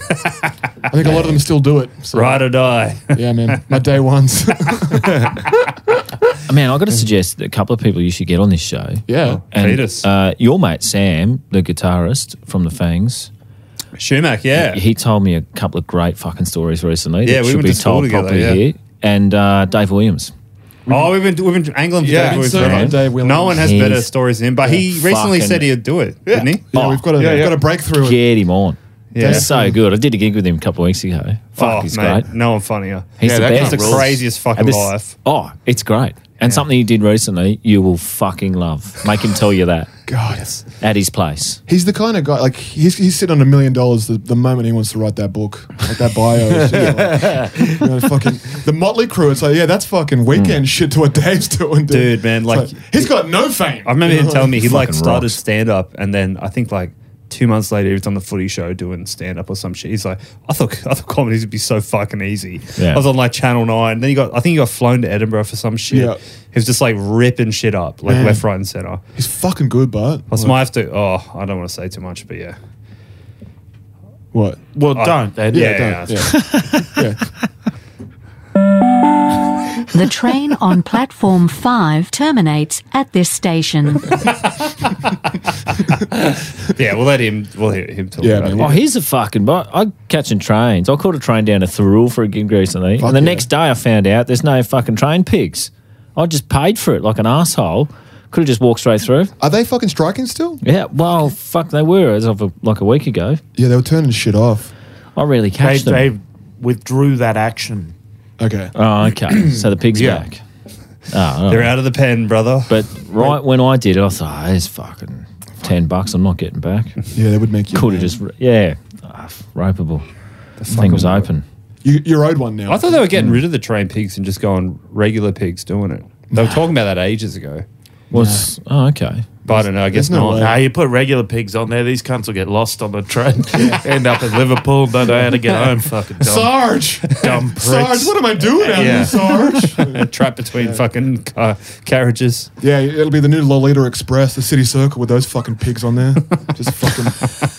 Speaker 7: I think a lot of them still do it. So,
Speaker 8: Ride or die.
Speaker 7: Yeah, man. My day ones.
Speaker 3: Man, I've got to suggest that a couple of people you should get on this show.
Speaker 7: yeah.
Speaker 3: And,
Speaker 8: Fetus.
Speaker 3: Uh, your mate Sam, the guitarist from the Fangs,
Speaker 8: Schumach, yeah.
Speaker 3: He told me a couple of great fucking stories recently.
Speaker 8: Yeah,
Speaker 3: that
Speaker 8: we
Speaker 3: should
Speaker 8: went
Speaker 3: be
Speaker 8: to school
Speaker 3: told
Speaker 8: together,
Speaker 3: properly
Speaker 8: yeah.
Speaker 3: here. And uh, Dave Williams.
Speaker 8: Oh, we've been we've been angling for
Speaker 6: Yeah,
Speaker 8: Dave Williams
Speaker 7: so
Speaker 8: forever.
Speaker 7: did Dave Williams.
Speaker 8: No one has
Speaker 3: He's-
Speaker 8: better stories than him, but he recently
Speaker 3: Fucking- Oh,
Speaker 8: said he'd do it, didn't he?
Speaker 7: Yeah, we've got a,
Speaker 6: Yeah,
Speaker 7: we've
Speaker 6: yeah.
Speaker 7: got a breakthrough. with-
Speaker 3: Get him on.
Speaker 8: Yeah.
Speaker 3: That's so good. I did a gig with him a couple of weeks ago. Fuck,
Speaker 8: oh,
Speaker 3: he's
Speaker 8: mate,
Speaker 3: great.
Speaker 8: no one funnier.
Speaker 3: He's
Speaker 6: Yeah,
Speaker 3: the
Speaker 6: that
Speaker 3: best.
Speaker 6: guy
Speaker 8: It's the craziest fucking
Speaker 3: And this-
Speaker 8: life.
Speaker 3: Oh, it's great. And something he did recently, you will fucking love. Make him tell you that
Speaker 7: God, it's-
Speaker 3: at his place.
Speaker 7: he's the kind of guy like he's, he's sitting on a million dollars the, the moment he wants to write that book, like that bio. It's just like, you know, fucking the Motley Crew. It's like yeah, that's fucking weekend shit to what Dave's doing, dude.
Speaker 8: Hmm. Dude, man,
Speaker 7: It's
Speaker 8: like-
Speaker 7: he's got no fame.
Speaker 8: I remember him telling me he like
Speaker 3: Fucking
Speaker 8: started
Speaker 3: rocks.
Speaker 8: stand up, and then I think like two months later he was on the Footy Show doing stand up or some shit. He's like, I thought I thought comedy would be so fucking easy.
Speaker 3: Yeah.
Speaker 8: I was on like Channel Nine. Then he got I think he got flown to Edinburgh for some shit.
Speaker 7: Yeah.
Speaker 8: He was just like ripping shit up like
Speaker 7: Man.
Speaker 8: left, right, and center.
Speaker 7: he's fucking good, but
Speaker 8: I was might have to. Oh, I don't want to say too much, but yeah,
Speaker 7: what?
Speaker 6: Well, don't. Ed.
Speaker 8: yeah,
Speaker 6: don't.
Speaker 8: yeah.
Speaker 7: Yeah.
Speaker 11: The train on platform 5 terminates at this station.
Speaker 8: yeah. We'll let him. We'll hear him talk
Speaker 7: Yeah,
Speaker 8: about
Speaker 7: man.
Speaker 8: it.
Speaker 3: Oh, he's a fucking. But I'm catching trains. I caught a train down to Thurrool for a gig recently,
Speaker 7: Fuck
Speaker 3: and the
Speaker 7: yeah.
Speaker 3: next day I found out there's no fucking train pigs. I just paid for it like an asshole. Could have just walked straight through.
Speaker 7: Are they fucking striking still?
Speaker 3: Yeah, well, fuck, they were as of a, like a week ago.
Speaker 7: Yeah, they were turning shit off.
Speaker 3: I rarely
Speaker 6: They,
Speaker 3: catch them.
Speaker 6: they withdrew that action.
Speaker 7: Okay.
Speaker 8: Uh,
Speaker 3: Oh, okay. so the pig's
Speaker 6: Yeah.
Speaker 3: back. Oh, all
Speaker 8: They're
Speaker 3: right.
Speaker 8: out of the pen, brother.
Speaker 3: But right when I did it, I thought, oh, it's fucking 10 bucks. I'm not getting back.
Speaker 7: Yeah, they would make you.
Speaker 3: Could have
Speaker 7: mad.
Speaker 3: just, yeah, ah, f- ropeable. The thing was open.
Speaker 7: You, you're owed one now.
Speaker 8: I thought they were getting rid of the train pigs and just going regular pigs doing it. They were talking about that ages ago.
Speaker 3: Was, oh, okay.
Speaker 8: But I don't know. I guess
Speaker 7: There's no
Speaker 8: not.
Speaker 7: way.
Speaker 6: Nah, you put regular pigs on there. These cunts will get lost on the train, end up in Liverpool, don't know how to get home. Fucking dumb,
Speaker 7: Sarge,
Speaker 6: dumb
Speaker 7: Sarge,
Speaker 6: pricks.
Speaker 7: what am I doing out
Speaker 8: Yeah.
Speaker 7: here, Sarge?
Speaker 8: trapped between fucking uh, carriages.
Speaker 7: Yeah, it'll be the new Lolita Express, the City Circle with those fucking pigs on there. Just fucking,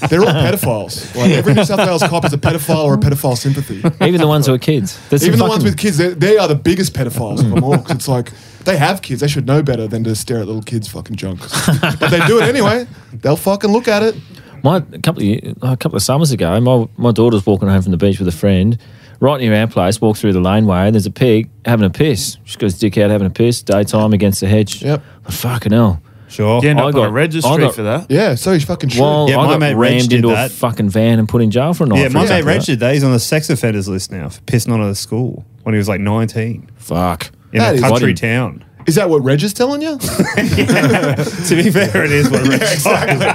Speaker 7: they're all pedophiles. Like every New South Wales cop is a pedophile or a pedophile sympathy.
Speaker 3: Even the ones who are kids. That's
Speaker 7: Even the ones
Speaker 3: fucking-
Speaker 7: with kids, they, they are the biggest pedophiles of them all. 'cause it's like they have kids; they should know better than to stare at little kids' fucking junk. but they do it anyway. They'll fucking look at it.
Speaker 3: My a couple of ye- a couple of summers ago, my my daughter's walking home from the beach with a friend. Right near our place, walk through the laneway, and there's a pig having a piss. Just goes dick out having a piss, daytime against the hedge.
Speaker 7: Yep.
Speaker 3: But fucking hell.
Speaker 8: Sure.
Speaker 6: You end
Speaker 3: I
Speaker 6: up on
Speaker 3: got-
Speaker 6: a registry
Speaker 3: I got-
Speaker 6: for that.
Speaker 7: Yeah, so he's fucking sure.
Speaker 3: Well,
Speaker 8: Yeah,
Speaker 3: I
Speaker 8: my
Speaker 3: got
Speaker 8: mate Reg
Speaker 3: rammed
Speaker 8: did
Speaker 3: into a
Speaker 8: that.
Speaker 3: fucking van and put in jail for a night.
Speaker 8: yeah,
Speaker 3: for
Speaker 8: my mate
Speaker 3: something like
Speaker 8: Reg did that. He's on the sex offenders list now for pissing on at a school when he was like 19
Speaker 3: that. Fuck.
Speaker 8: in
Speaker 7: That
Speaker 8: a
Speaker 7: is-
Speaker 8: country
Speaker 3: What
Speaker 8: town.
Speaker 7: is that what Reg is telling you?
Speaker 8: to be fair, it is what Reg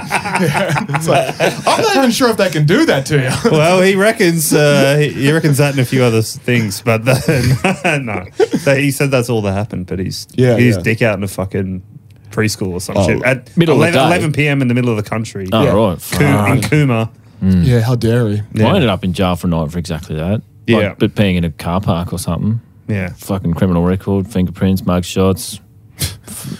Speaker 7: It's like, I'm not even sure if they can do that to you.
Speaker 8: Well, he reckons uh, he- he reckons that and a few other s- things, but the, no, They- he said that's all that happened. But he's
Speaker 7: Yeah,
Speaker 8: he's
Speaker 7: yeah.
Speaker 8: dick out in a fucking preschool or some shit at
Speaker 3: Middle of the
Speaker 8: 11,
Speaker 3: day.
Speaker 8: 11 p.m. in the middle of the country.
Speaker 3: Oh,
Speaker 8: Oh. Yeah.
Speaker 3: right.
Speaker 8: Coo- in
Speaker 3: Fuck.
Speaker 8: Cooma.
Speaker 7: Yeah, how dare he?
Speaker 8: Yeah.
Speaker 3: I ended up in jail for a night for exactly that.
Speaker 8: Yeah.
Speaker 3: Like, but being in a car park or something.
Speaker 8: Yeah,
Speaker 3: Fucking criminal record, fingerprints, mug shots,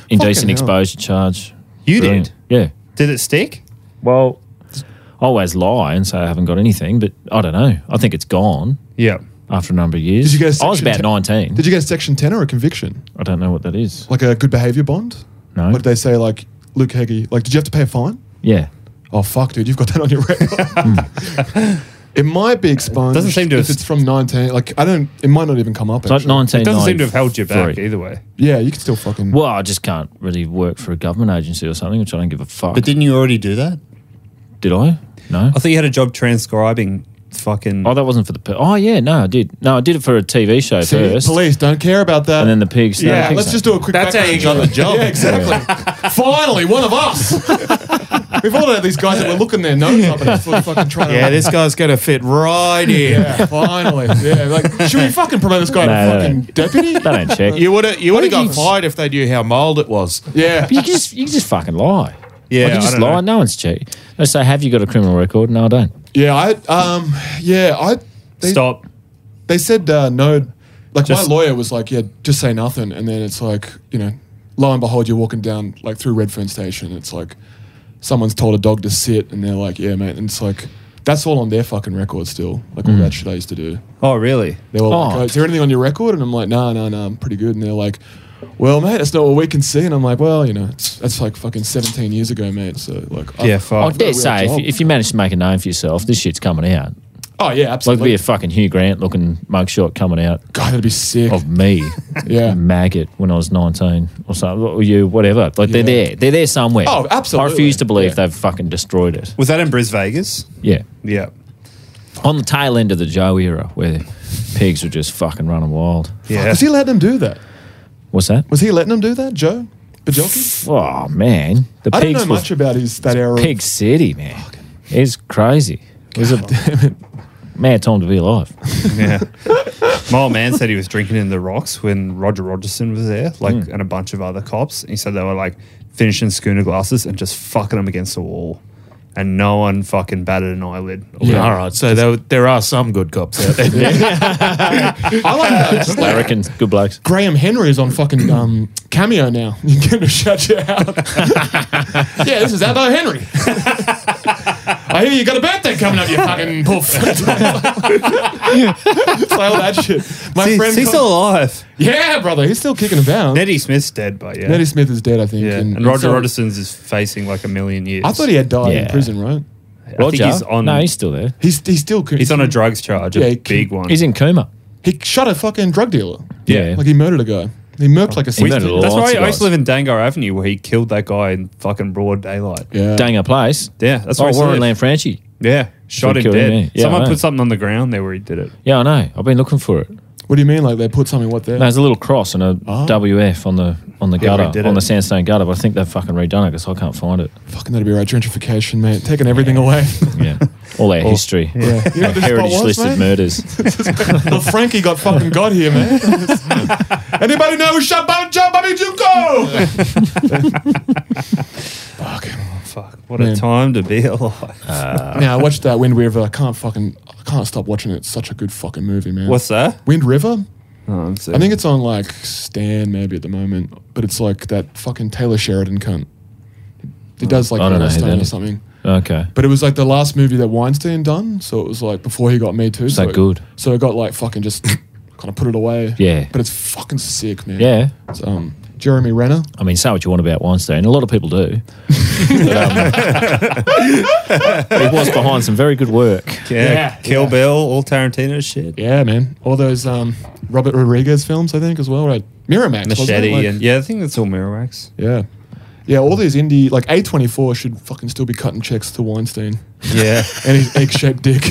Speaker 3: indecent
Speaker 7: hell.
Speaker 3: exposure charge.
Speaker 8: you
Speaker 3: Brilliant.
Speaker 8: did.
Speaker 3: Yeah.
Speaker 8: Did it stick?
Speaker 3: Well, I always lie and say I haven't got anything, but I don't know. I think it's gone
Speaker 8: Yeah.
Speaker 3: after a number of years.
Speaker 7: Did you get a
Speaker 3: I was
Speaker 7: section
Speaker 3: about
Speaker 7: te-
Speaker 3: 19.
Speaker 7: Did you get a section 10 or a conviction?
Speaker 3: I don't know what that is.
Speaker 7: Like a good behavior bond?
Speaker 3: No.
Speaker 7: What did they say? Like, Luke Heggie, like, did you have to pay a fine?
Speaker 3: Yeah.
Speaker 7: Oh, fuck, dude, you've got that on your
Speaker 3: Hmm.
Speaker 7: record. it might be expunged.
Speaker 8: Doesn't seem to
Speaker 7: If
Speaker 8: have-
Speaker 7: it's from 19, like, I don't, it might not even come up.
Speaker 3: It's like
Speaker 7: Actually.
Speaker 3: 19.
Speaker 8: It doesn't seem to have held you back
Speaker 3: Three.
Speaker 8: either way.
Speaker 7: Yeah, you can still fucking.
Speaker 3: Well, I just can't really work for a government agency or something, which I don't give a fuck.
Speaker 8: didn't you already do that?
Speaker 3: Did I? No.
Speaker 8: I thought you had a job transcribing fucking.
Speaker 3: Oh, that wasn't for the. Pe- oh, yeah, no, I did. No, I did it for a TV show
Speaker 7: See,
Speaker 3: first.
Speaker 7: police don't care about that.
Speaker 3: And then the pigs. no, the
Speaker 7: yeah,
Speaker 3: pigs
Speaker 7: let's
Speaker 3: don't.
Speaker 7: just do a quick.
Speaker 6: That's how you got
Speaker 7: background
Speaker 6: the job.
Speaker 7: Yeah, exactly. Finally, one of us. We've all had these guys that were looking their nose up and sort of fucking trying
Speaker 6: Yeah,
Speaker 7: to.
Speaker 6: this guy's going to fit right in.
Speaker 7: Yeah, finally. Yeah, like, should we fucking promote this guy
Speaker 3: No,
Speaker 7: to
Speaker 3: no,
Speaker 7: fucking
Speaker 3: no.
Speaker 7: deputy?
Speaker 3: They don't check.
Speaker 6: You would have you would have
Speaker 7: think
Speaker 6: got
Speaker 7: he's-
Speaker 6: fired if they knew how mild it was.
Speaker 7: Yeah.
Speaker 3: You can just you can just fucking lie.
Speaker 8: Yeah,
Speaker 3: I can
Speaker 8: I
Speaker 3: just
Speaker 8: don't
Speaker 3: lie.
Speaker 8: know.
Speaker 3: No one's checked. They say, "Have you got a criminal record?" No, I don't.
Speaker 7: Yeah, I, um, yeah, I. They,
Speaker 8: Stop.
Speaker 7: They said uh, no. Like,
Speaker 8: Just-
Speaker 7: my lawyer was like, yeah, just say nothing. And then it's like, you know, lo and behold, you're walking down, like, through Redfern Station. It's like, someone's told a dog to sit, and they're like, yeah, mate. And it's like, that's all on their fucking record still. Like, all that shit I used to do.
Speaker 8: Oh, really?
Speaker 7: They were like,
Speaker 3: Oh.
Speaker 7: oh, is there anything on your record? And I'm like, nah, nah, nah, I'm pretty good. And they're like, well, mate, that's not what we can see. And I'm like, well, you know, it's, that's like fucking 17 years ago, mate. So, like, oh, I've-
Speaker 8: Yeah, fuck.
Speaker 3: I
Speaker 7: I've got a
Speaker 3: dare
Speaker 7: real
Speaker 3: say, if
Speaker 7: job.
Speaker 3: you, if you manage to make a name for yourself, this shit's coming out.
Speaker 7: oh, yeah,
Speaker 3: Like, it'd
Speaker 7: absolutely.
Speaker 3: be a fucking Hugh Grant looking mugshot coming out
Speaker 7: God, that'd be sick.
Speaker 3: of me,
Speaker 7: Yeah.
Speaker 3: maggot, when I was 19 or something, or you, whatever. Like, they're
Speaker 7: Yeah.
Speaker 3: there. They're there somewhere.
Speaker 7: Oh,
Speaker 3: I
Speaker 7: absolutely.
Speaker 3: refuse to believe
Speaker 7: Yeah.
Speaker 3: they've fucking destroyed it.
Speaker 8: Was that in Bris Vegas?
Speaker 3: Yeah.
Speaker 8: Yeah.
Speaker 3: On the tail end of the Joe era, where pigs were just fucking running wild.
Speaker 8: Yeah.
Speaker 7: Was he letting him do that?
Speaker 3: What's that?
Speaker 7: Was he letting him do that, Joe? Bajelki?
Speaker 3: Oh, man. The
Speaker 7: I don't
Speaker 3: pigs
Speaker 7: know
Speaker 3: were
Speaker 7: much about his that era. of-
Speaker 3: Pig City, man. It's crazy. It was a mad time to be alive.
Speaker 8: Yeah. My old man said he was drinking in the rocks when Roger Rogerson was there, like, and a bunch of other cops. He said they were like finishing schooner glasses and just fucking them against the wall. And no one fucking batted an eyelid.
Speaker 6: Yeah. All right. So there, there are some good cops out there.
Speaker 7: I like that.
Speaker 3: Larrikins, good blokes.
Speaker 7: Graham Henry is on fucking um, cameo now. You get to shut you out. yeah, this is Abbo Henry. I hear you got a birthday coming up, you fucking poof. it's like all that shit. My
Speaker 8: He's,
Speaker 7: friend,
Speaker 8: he's
Speaker 7: co-
Speaker 8: still alive.
Speaker 7: yeah, brother, he's still kicking about. Nettie,
Speaker 8: Nettie Smith's dead, but yeah.
Speaker 7: Smith is dead, I think.
Speaker 8: yeah. And Roger Rogerson's is facing like a million years.
Speaker 7: I thought he had died in
Speaker 3: Yeah.
Speaker 7: prison, right?
Speaker 8: I think
Speaker 3: Roger?
Speaker 8: he's on.
Speaker 3: No, he's still there.
Speaker 7: He's he's still
Speaker 8: he's on a drugs charge,
Speaker 7: Yeah,
Speaker 8: a
Speaker 7: he-
Speaker 8: big one.
Speaker 3: He's in coma.
Speaker 7: He shot a fucking drug dealer.
Speaker 3: Yeah.
Speaker 7: like he murdered a guy. He murked like a
Speaker 3: He murdered a
Speaker 7: sixteen.
Speaker 3: lot.
Speaker 8: That's
Speaker 3: Lots
Speaker 8: right.
Speaker 3: of
Speaker 8: I used to
Speaker 3: guys.
Speaker 8: live in Dangar Avenue where he killed that guy in fucking broad daylight.
Speaker 7: Yeah.
Speaker 3: Dang a place.
Speaker 8: Yeah, that's
Speaker 3: oh,
Speaker 8: where I
Speaker 3: Warren
Speaker 8: live.
Speaker 3: Lanfranchi.
Speaker 8: Yeah, shot
Speaker 3: he
Speaker 8: him
Speaker 3: killed
Speaker 8: dead.
Speaker 3: him, yeah. Yeah,
Speaker 8: Someone
Speaker 3: I know.
Speaker 8: put something on the ground there where he did it.
Speaker 3: Yeah, I know. I've been looking for it.
Speaker 7: What do you mean? Like they put something what there?
Speaker 3: No, there's a little cross and a
Speaker 7: Oh.
Speaker 3: WF on the on the
Speaker 8: Yeah, we
Speaker 3: gutter,
Speaker 8: did
Speaker 3: on the
Speaker 8: it.
Speaker 3: sandstone gutter, but I think they've fucking redone it because I can't find it.
Speaker 7: Fucking that'd be right. Gentrification, mate. Taking everything away.
Speaker 3: Yeah. All our history.
Speaker 7: Yeah. You know what this spot
Speaker 3: Heritage
Speaker 7: was,
Speaker 3: listed
Speaker 7: mate?
Speaker 3: murders.
Speaker 7: Well, Frankie got fucking got here, man. Anybody know who shot Bon Joe Bobby Juco? Fuck.
Speaker 8: Fuck, what
Speaker 7: Man.
Speaker 8: a time to be alive.
Speaker 3: Uh,
Speaker 7: now I watched that Wind River. I can't fucking I can't stop watching it. It's such a good fucking movie, man.
Speaker 8: What's that?
Speaker 7: Wind River?
Speaker 8: Oh, I'm sorry.
Speaker 7: I think it's on like Stan maybe at the moment, but it's like that fucking Taylor Sheridan cunt. He does like
Speaker 3: I don't know who that
Speaker 7: Yellowstone or
Speaker 3: is.
Speaker 7: something.
Speaker 3: okay.
Speaker 7: But it was like the last movie that Weinstein done, so it was like before he got Me Too. so
Speaker 3: that
Speaker 7: it-
Speaker 3: good?
Speaker 7: so it got like fucking just kind of put it away.
Speaker 3: Yeah.
Speaker 7: But it's fucking sick, man.
Speaker 3: Yeah.
Speaker 7: It's, um, Jeremy Renner.
Speaker 3: I mean, say what you want about Weinstein. A lot of people do. but, um, he was behind some very good work.
Speaker 8: yeah,
Speaker 7: yeah,
Speaker 8: Kill
Speaker 7: yeah.
Speaker 8: Bill, all Tarantino shit.
Speaker 7: Yeah, man. All those um, Robert Rodriguez films, I think, as well, right? Miramax. wasn't it?
Speaker 8: Machete
Speaker 7: Like-
Speaker 8: and yeah, I think that's all Miramax.
Speaker 7: yeah. Yeah, all these indie like A24 should fucking still be cutting checks to Weinstein
Speaker 8: Yeah,
Speaker 7: and his egg-shaped dick.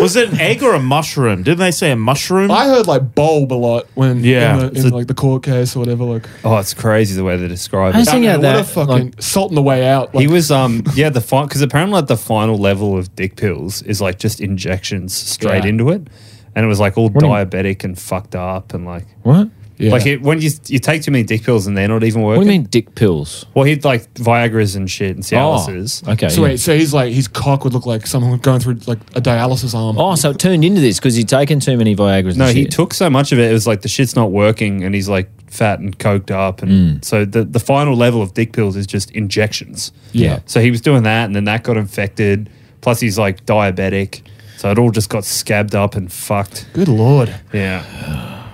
Speaker 6: Was it an egg or a mushroom? Didn't they say a mushroom?
Speaker 7: I heard like bulb a lot when
Speaker 6: Yeah,
Speaker 7: in, the,
Speaker 6: it's
Speaker 7: in
Speaker 6: a-
Speaker 7: like the court case or whatever. Like,
Speaker 8: oh, it's crazy the way they describe
Speaker 3: I
Speaker 8: it.
Speaker 3: was thinking
Speaker 7: I
Speaker 3: about
Speaker 7: mean,
Speaker 3: that.
Speaker 7: what a fucking salt in the way out. Like,
Speaker 8: He was um yeah the final because apparently like the final level of dick pills is like just injections straight
Speaker 3: Yeah.
Speaker 8: into it, and it was like all
Speaker 3: do you-
Speaker 8: diabetic and fucked up and like
Speaker 3: what?
Speaker 7: yeah.
Speaker 8: like it, when you you take too many dick pills and they're not even working.
Speaker 3: What do you mean, dick pills?
Speaker 8: Well, he'd like Viagra's and shit and
Speaker 3: Oh,
Speaker 8: Cialis's.
Speaker 3: okay.
Speaker 7: So
Speaker 3: yeah.
Speaker 7: wait, so he's like his cock would look like someone going through like a dialysis arm.
Speaker 3: Oh, so it turned into this because he'd taken too many Viagra's.
Speaker 8: No,
Speaker 3: and
Speaker 8: he
Speaker 3: shit.
Speaker 8: took so much of it. It was like the shit's not working, and he's like fat and coked up,
Speaker 3: Mm.
Speaker 8: and so the the final level of dick pills is just injections.
Speaker 3: Yeah.
Speaker 8: So he was doing that, and then that got infected. Plus, he's like diabetic, so it all just got scabbed up and fucked.
Speaker 7: Good lord.
Speaker 8: Yeah.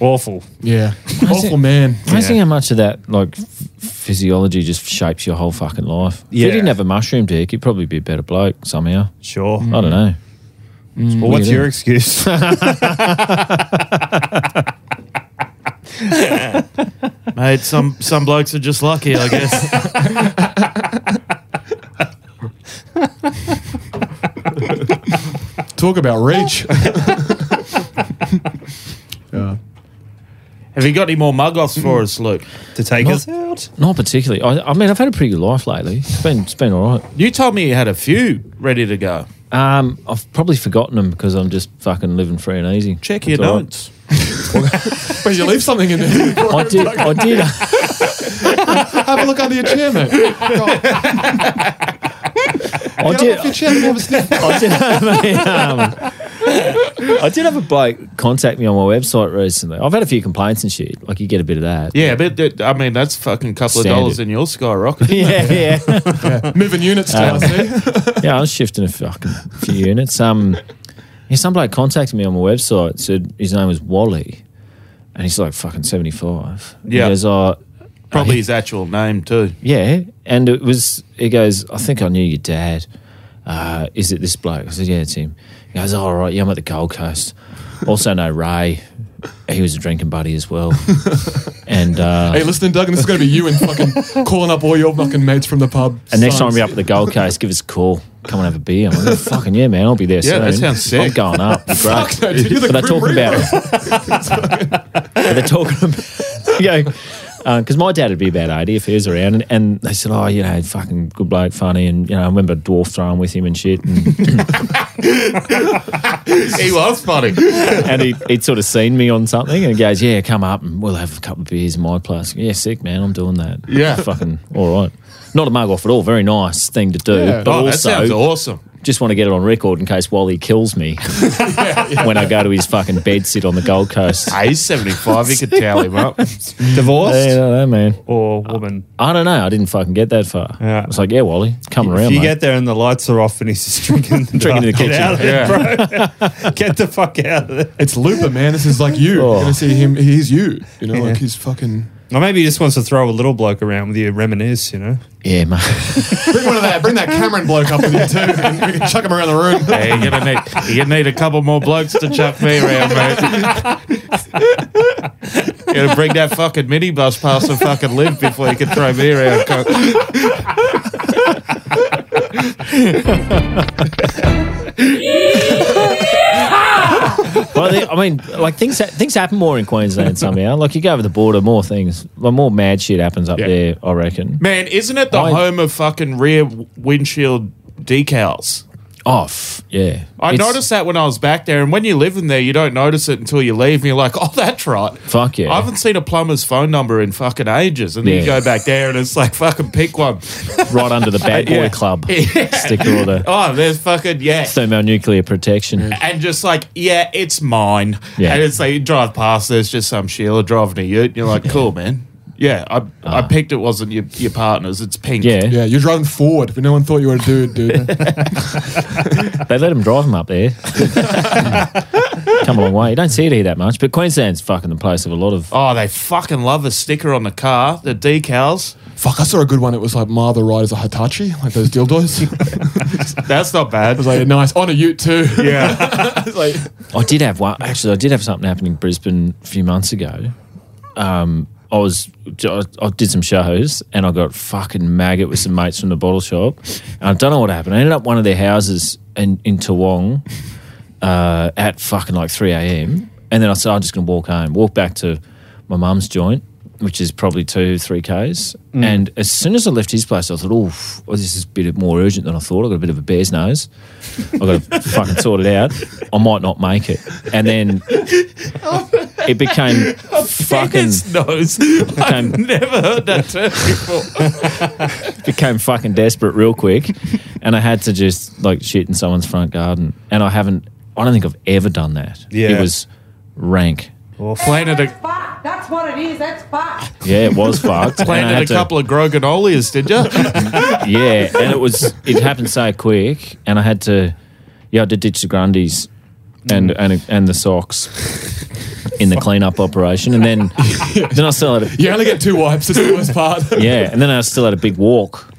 Speaker 8: Awful.
Speaker 7: Yeah. Awful man.
Speaker 3: Amazing
Speaker 8: Yeah.
Speaker 3: how much of that like f- physiology just shapes your whole fucking life.
Speaker 8: Yeah.
Speaker 3: If he didn't have a mushroom dick, he'd probably be a better bloke somehow.
Speaker 8: Sure.
Speaker 3: I don't know.
Speaker 8: Well, what's
Speaker 3: Yeah.
Speaker 6: eh?
Speaker 8: your excuse?
Speaker 6: Mate, some some blokes are just lucky, I guess.
Speaker 7: Talk about reach.
Speaker 6: Have you got any more mug offs for us, Luke?
Speaker 8: to take
Speaker 3: Not-
Speaker 8: us out?
Speaker 3: Not particularly. I, I mean, I've had a pretty good life lately. It's been it's been all right.
Speaker 6: You told me you had a few ready to go.
Speaker 3: Um, I've probably forgotten them because I'm just fucking living free and easy.
Speaker 6: Check your
Speaker 3: It's all right.
Speaker 6: notes.
Speaker 7: Wait, you leave something in there.
Speaker 3: I did. I did.
Speaker 7: Have a look under your chair, mate. God, get
Speaker 3: I
Speaker 7: up
Speaker 3: did.
Speaker 7: off your chair and have a sniff.
Speaker 3: I did have a, um, I did have a bloke contact me on my website recently. I've had a few complaints and shit. Like you get a bit of that.
Speaker 6: Yeah, but that- I mean that's fucking couple
Speaker 3: Standard.
Speaker 6: of dollars in your skyrocket.
Speaker 3: yeah, yeah.
Speaker 7: Moving
Speaker 3: Uh.
Speaker 7: units eh? down there.
Speaker 3: yeah, I was shifting a fucking few units. Um, yeah, some bloke contacted me on my website. Said his name was Wally, and he's like fucking 75. And
Speaker 6: Yeah.
Speaker 3: He goes, oh,
Speaker 6: Probably his actual name too.
Speaker 3: yeah. And it was, he goes, I think I knew your dad. Uh, is it this bloke? I said, yeah, it's him. He goes, oh, all right, yeah, I'm at the Gold Coast. Also know Ray. He was a drinking buddy as well. and uh,
Speaker 7: Hey, listen, Doug, and this is going to be you and fucking calling up all your fucking mates from the pub.
Speaker 3: and next time
Speaker 7: Sons.
Speaker 3: we're up at the Gold Coast, give us a call. Come and have a beer. I'm like, "Oh, fucking yeah, man. I'll be there
Speaker 6: Yeah,
Speaker 3: soon.
Speaker 6: that sounds sick.
Speaker 3: I'm going up. You're
Speaker 7: Fuck
Speaker 3: Great.
Speaker 7: that, dude, you're the
Speaker 3: but they're
Speaker 7: Grim
Speaker 3: talking about it. But they're talking about, you because my dad would be about 80 if he was around. And, and they said, oh, you know, fucking good bloke, funny. And, you know, I remember Dwarf throwing with him and shit. And,
Speaker 6: He was funny.
Speaker 3: and he, would sort of seen me on something and he goes, yeah, come up and we'll have a couple of beers in my place. Yeah, sick, man. I'm doing that.
Speaker 6: Yeah.
Speaker 3: Fucking all right. Not a mug off at all. Very nice thing to do.
Speaker 7: Yeah.
Speaker 3: But
Speaker 6: Oh, that
Speaker 3: also,
Speaker 6: sounds awesome.
Speaker 3: just want to get it on record in case Wally kills me when I go to his fucking bed sit on the Gold Coast.
Speaker 6: Hey, he's 75. You could towel him up. Divorced?
Speaker 3: Yeah, I don't know, man.
Speaker 8: or woman.
Speaker 3: I don't know. I didn't fucking get that far.
Speaker 8: Yeah.
Speaker 3: I was like, yeah, Wally, it's coming around.
Speaker 8: if you
Speaker 3: mate.
Speaker 8: get there and the lights are off and he's just drinking, the
Speaker 3: Drinking in the
Speaker 8: Get
Speaker 3: kitchen.
Speaker 8: out of there, bro. get the fuck out of there.
Speaker 7: It's Looper, man. This is like you.
Speaker 3: Oh.
Speaker 7: You're going to see him. He's you. You know, like he's fucking.
Speaker 8: Or maybe he just wants to throw a little bloke around with you, reminisce, you know?
Speaker 3: yeah, mate.
Speaker 7: Bring one of that. Bring that Cameron bloke up with you too. And we can chuck him around the room.
Speaker 6: Hey, you're gonna need you're gonna need a couple more blokes to chuck me around, mate. you're gonna bring that fucking minibus past the fucking limp before you can throw me around. cunt.
Speaker 3: well, they, I mean, like things ha- things happen more in Queensland somehow. Like you go over the border, more things, well, more mad shit happens up
Speaker 6: Yeah.
Speaker 3: there. I reckon.
Speaker 6: Man, isn't it the
Speaker 3: I-
Speaker 6: home of fucking rear windshield decals?
Speaker 3: Oh, f- yeah.
Speaker 6: I
Speaker 3: It's-
Speaker 6: noticed that when I was back there, and when you live in there, you don't notice it until you leave, and you're like, "Oh, that's right."
Speaker 3: Fuck yeah.
Speaker 6: I haven't seen a plumber's phone number in fucking ages, and then you go
Speaker 3: Yeah.
Speaker 6: back there, and it's like, "Fucking pick one."
Speaker 3: right under the bad boy
Speaker 6: Yeah.
Speaker 3: club
Speaker 6: Yeah.
Speaker 3: sticker or the
Speaker 6: Oh, there's fucking yeah.
Speaker 3: thermonuclear protection.
Speaker 6: and just like, yeah, it's mine.
Speaker 3: Yeah.
Speaker 6: And it's like you drive past, there's just some Sheila driving a ute, and you're like, cool, man. Yeah, I, I picked it wasn't your, your partner's, it's pink.
Speaker 3: Ah. Yeah.
Speaker 7: Yeah, you're driving forward, but no one thought you were a dude, dude.
Speaker 3: They let him drive him up there. Come a long way. You don't see it here that much, but Queensland's fucking the place of a lot of.
Speaker 6: Oh, they fucking love the sticker on the car, the decals.
Speaker 7: Fuck, I saw a good one. It was like Ma the Rider's a Hitachi, like those dildos. it
Speaker 6: That's not bad.
Speaker 7: was like nice on a Ute too.
Speaker 6: yeah.
Speaker 7: It's like
Speaker 3: I did have one. Actually, I did have something happen in Brisbane a few months ago. Um, I was I I did some shows and I got fucking maggot with some mates from the bottle shop. And I don't know what happened. I ended up one of their houses in in Toowong uh, at fucking like three a.m. And then I said I'm just gonna walk home. Walk back to my mum's joint, which is probably two three k's. And as soon as I left his place, I thought, oh, f- well, this is a bit more urgent than I thought. I got a bit of a bear's nose. I got to fucking sort it out. I might not make it. And then it became fucking
Speaker 6: It's nose.
Speaker 3: became
Speaker 6: Never heard that term before.
Speaker 3: became fucking desperate real quick, and I had to just like shit in someone's front garden. And I haven't. I don't think I've ever done that.
Speaker 8: Yeah.
Speaker 3: It was rank.
Speaker 6: Planted a,
Speaker 10: That's what it is. That's fuck.
Speaker 3: Yeah, it was fucked. And I had
Speaker 6: planted
Speaker 3: to-
Speaker 6: a couple of groganolias, did you?
Speaker 3: Yeah, and it was it happened so quick, and I had to. Yeah, I did ditch the Grundies, and and and the socks. In the cleanup operation, and then then I still had a,
Speaker 7: you only get two wipes. It's the worst part.
Speaker 3: Yeah, and then I still had a big walk.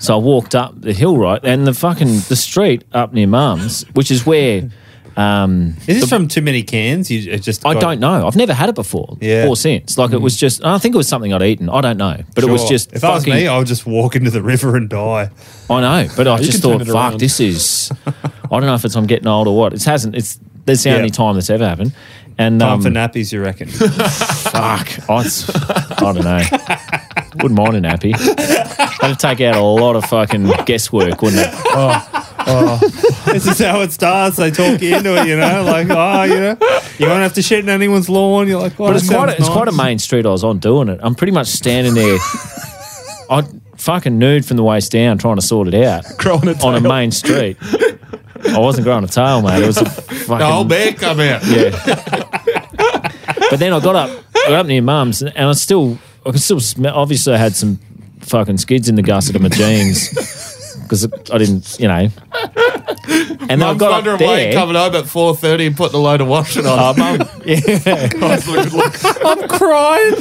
Speaker 3: So I walked up the hill, right, and the fucking the street up near Mum's, which is where um,
Speaker 8: Is this from too many cans? You it just
Speaker 3: I
Speaker 8: got-
Speaker 3: don't know. I've never had it before
Speaker 8: Yeah.
Speaker 3: or since. Like it was just, I think it was something I'd eaten. I don't know, but it was
Speaker 8: Sure.
Speaker 3: just
Speaker 8: If I was
Speaker 3: fucking.
Speaker 8: me, I would just walk into the river and die.
Speaker 3: I know, but I
Speaker 7: You
Speaker 3: just
Speaker 7: can
Speaker 3: thought,
Speaker 7: turn it
Speaker 3: fuck,
Speaker 7: around."
Speaker 3: this is. I don't know if it's I'm getting old or what. It hasn't. It's that's the
Speaker 8: Yeah.
Speaker 3: only time that's ever happened. And
Speaker 8: Time
Speaker 3: um,
Speaker 8: for nappies, you reckon?
Speaker 3: Fuck. I, s- I don't know. Wouldn't mind a nappy. That'd take out a lot of fucking guesswork, wouldn't it?
Speaker 8: this is how it starts. They talk you into it, you know, like oh, you know, you won't have to shit in anyone's lawn. You're like,
Speaker 3: But
Speaker 8: oh, that
Speaker 3: it's quite, a,
Speaker 8: sounds
Speaker 3: it's quite a
Speaker 8: nice.
Speaker 3: main street I was on doing it. I'm pretty much standing there. I fucking nude from the waist down trying to sort it out.
Speaker 7: Growing a
Speaker 3: on a main street. I wasn't growing a tail, mate. It was a fucking.
Speaker 6: the whole bear come out.
Speaker 3: Yeah. but then I got up, I got up near mum's, and I still, I could still smell. Obviously, I had some fucking skids in the gusset of my jeans because I didn't, you know. And then I
Speaker 6: Mum's
Speaker 3: got up
Speaker 6: wondering why
Speaker 3: there.
Speaker 6: you're coming home at four thirty and putting a load of washing on.
Speaker 3: Oh, mum. Yeah. I'm crying.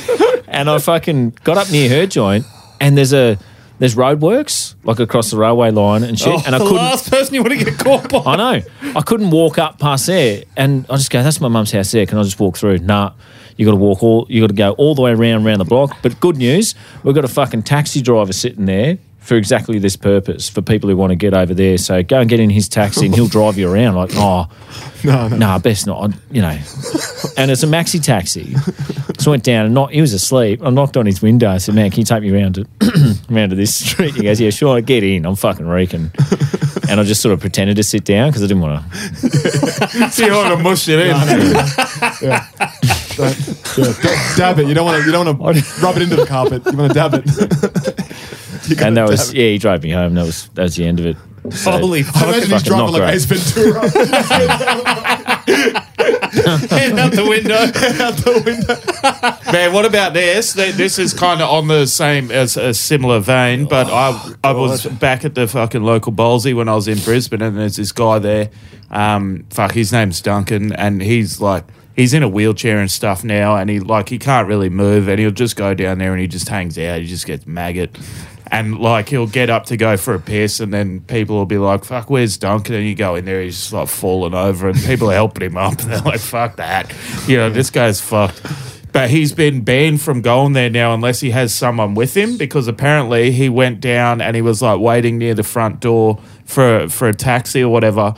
Speaker 3: And I fucking got up near her joint, and there's a there's roadworks like across the railway line and shit.
Speaker 6: Oh,
Speaker 3: and I
Speaker 6: the
Speaker 3: couldn't.
Speaker 6: last person you want to get caught by.
Speaker 3: I know. I couldn't walk up past there, and I just go, "That's my mum's house there. Can I just walk through?" Nah. You got to walk all. You got to go all the way around around the block. But good news, we've got a fucking taxi driver sitting there for exactly this purpose for people who want to get over there. So go and get in his taxi, and he'll drive you around. Like, oh,
Speaker 7: No, no.
Speaker 3: nah, best not. I- You know, and it's a maxi taxi. So I went down and knocked, he was asleep. I knocked on his window. I said, "Man, can you take me round to round to this street?" He goes, "Yeah, sure. Get in. I'm fucking reeking." And I just sort of pretended to sit down because I didn't want to.
Speaker 6: See, you want to mush it in.
Speaker 7: Yeah, d- dab it. You don't want to. You don't want to rub it into the carpet. You want to dab it. You gotta
Speaker 3: And that
Speaker 7: dab
Speaker 3: was
Speaker 7: it.
Speaker 3: yeah. He drove me home. That was that was the end of it. So-
Speaker 6: Holy
Speaker 7: I imagine he's
Speaker 3: fucking
Speaker 7: driving
Speaker 3: not
Speaker 7: like
Speaker 3: great.
Speaker 7: Ace Ventura
Speaker 6: Hand out the window. out the window. Man, what about this? Th- This is kind of on the same as a similar vein, but I I was back at the fucking local bowlsy when I was in Brisbane, and there's this guy there. Um, fuck, his name's Duncan, and he's like. He's in a wheelchair and stuff now, and he like he can't really move, and he'll just go down there and he just hangs out. He just gets maggot, and like he'll get up to go for a piss, and then people will be like, "Fuck, where's Duncan?" And you go in there, he's just like falling over, and people are helping him up, and they're like, "Fuck that," you know, this guy's fucked. But he's been banned from going there now unless he has someone with him because apparently he went down and he was like waiting near the front door for for a taxi or whatever.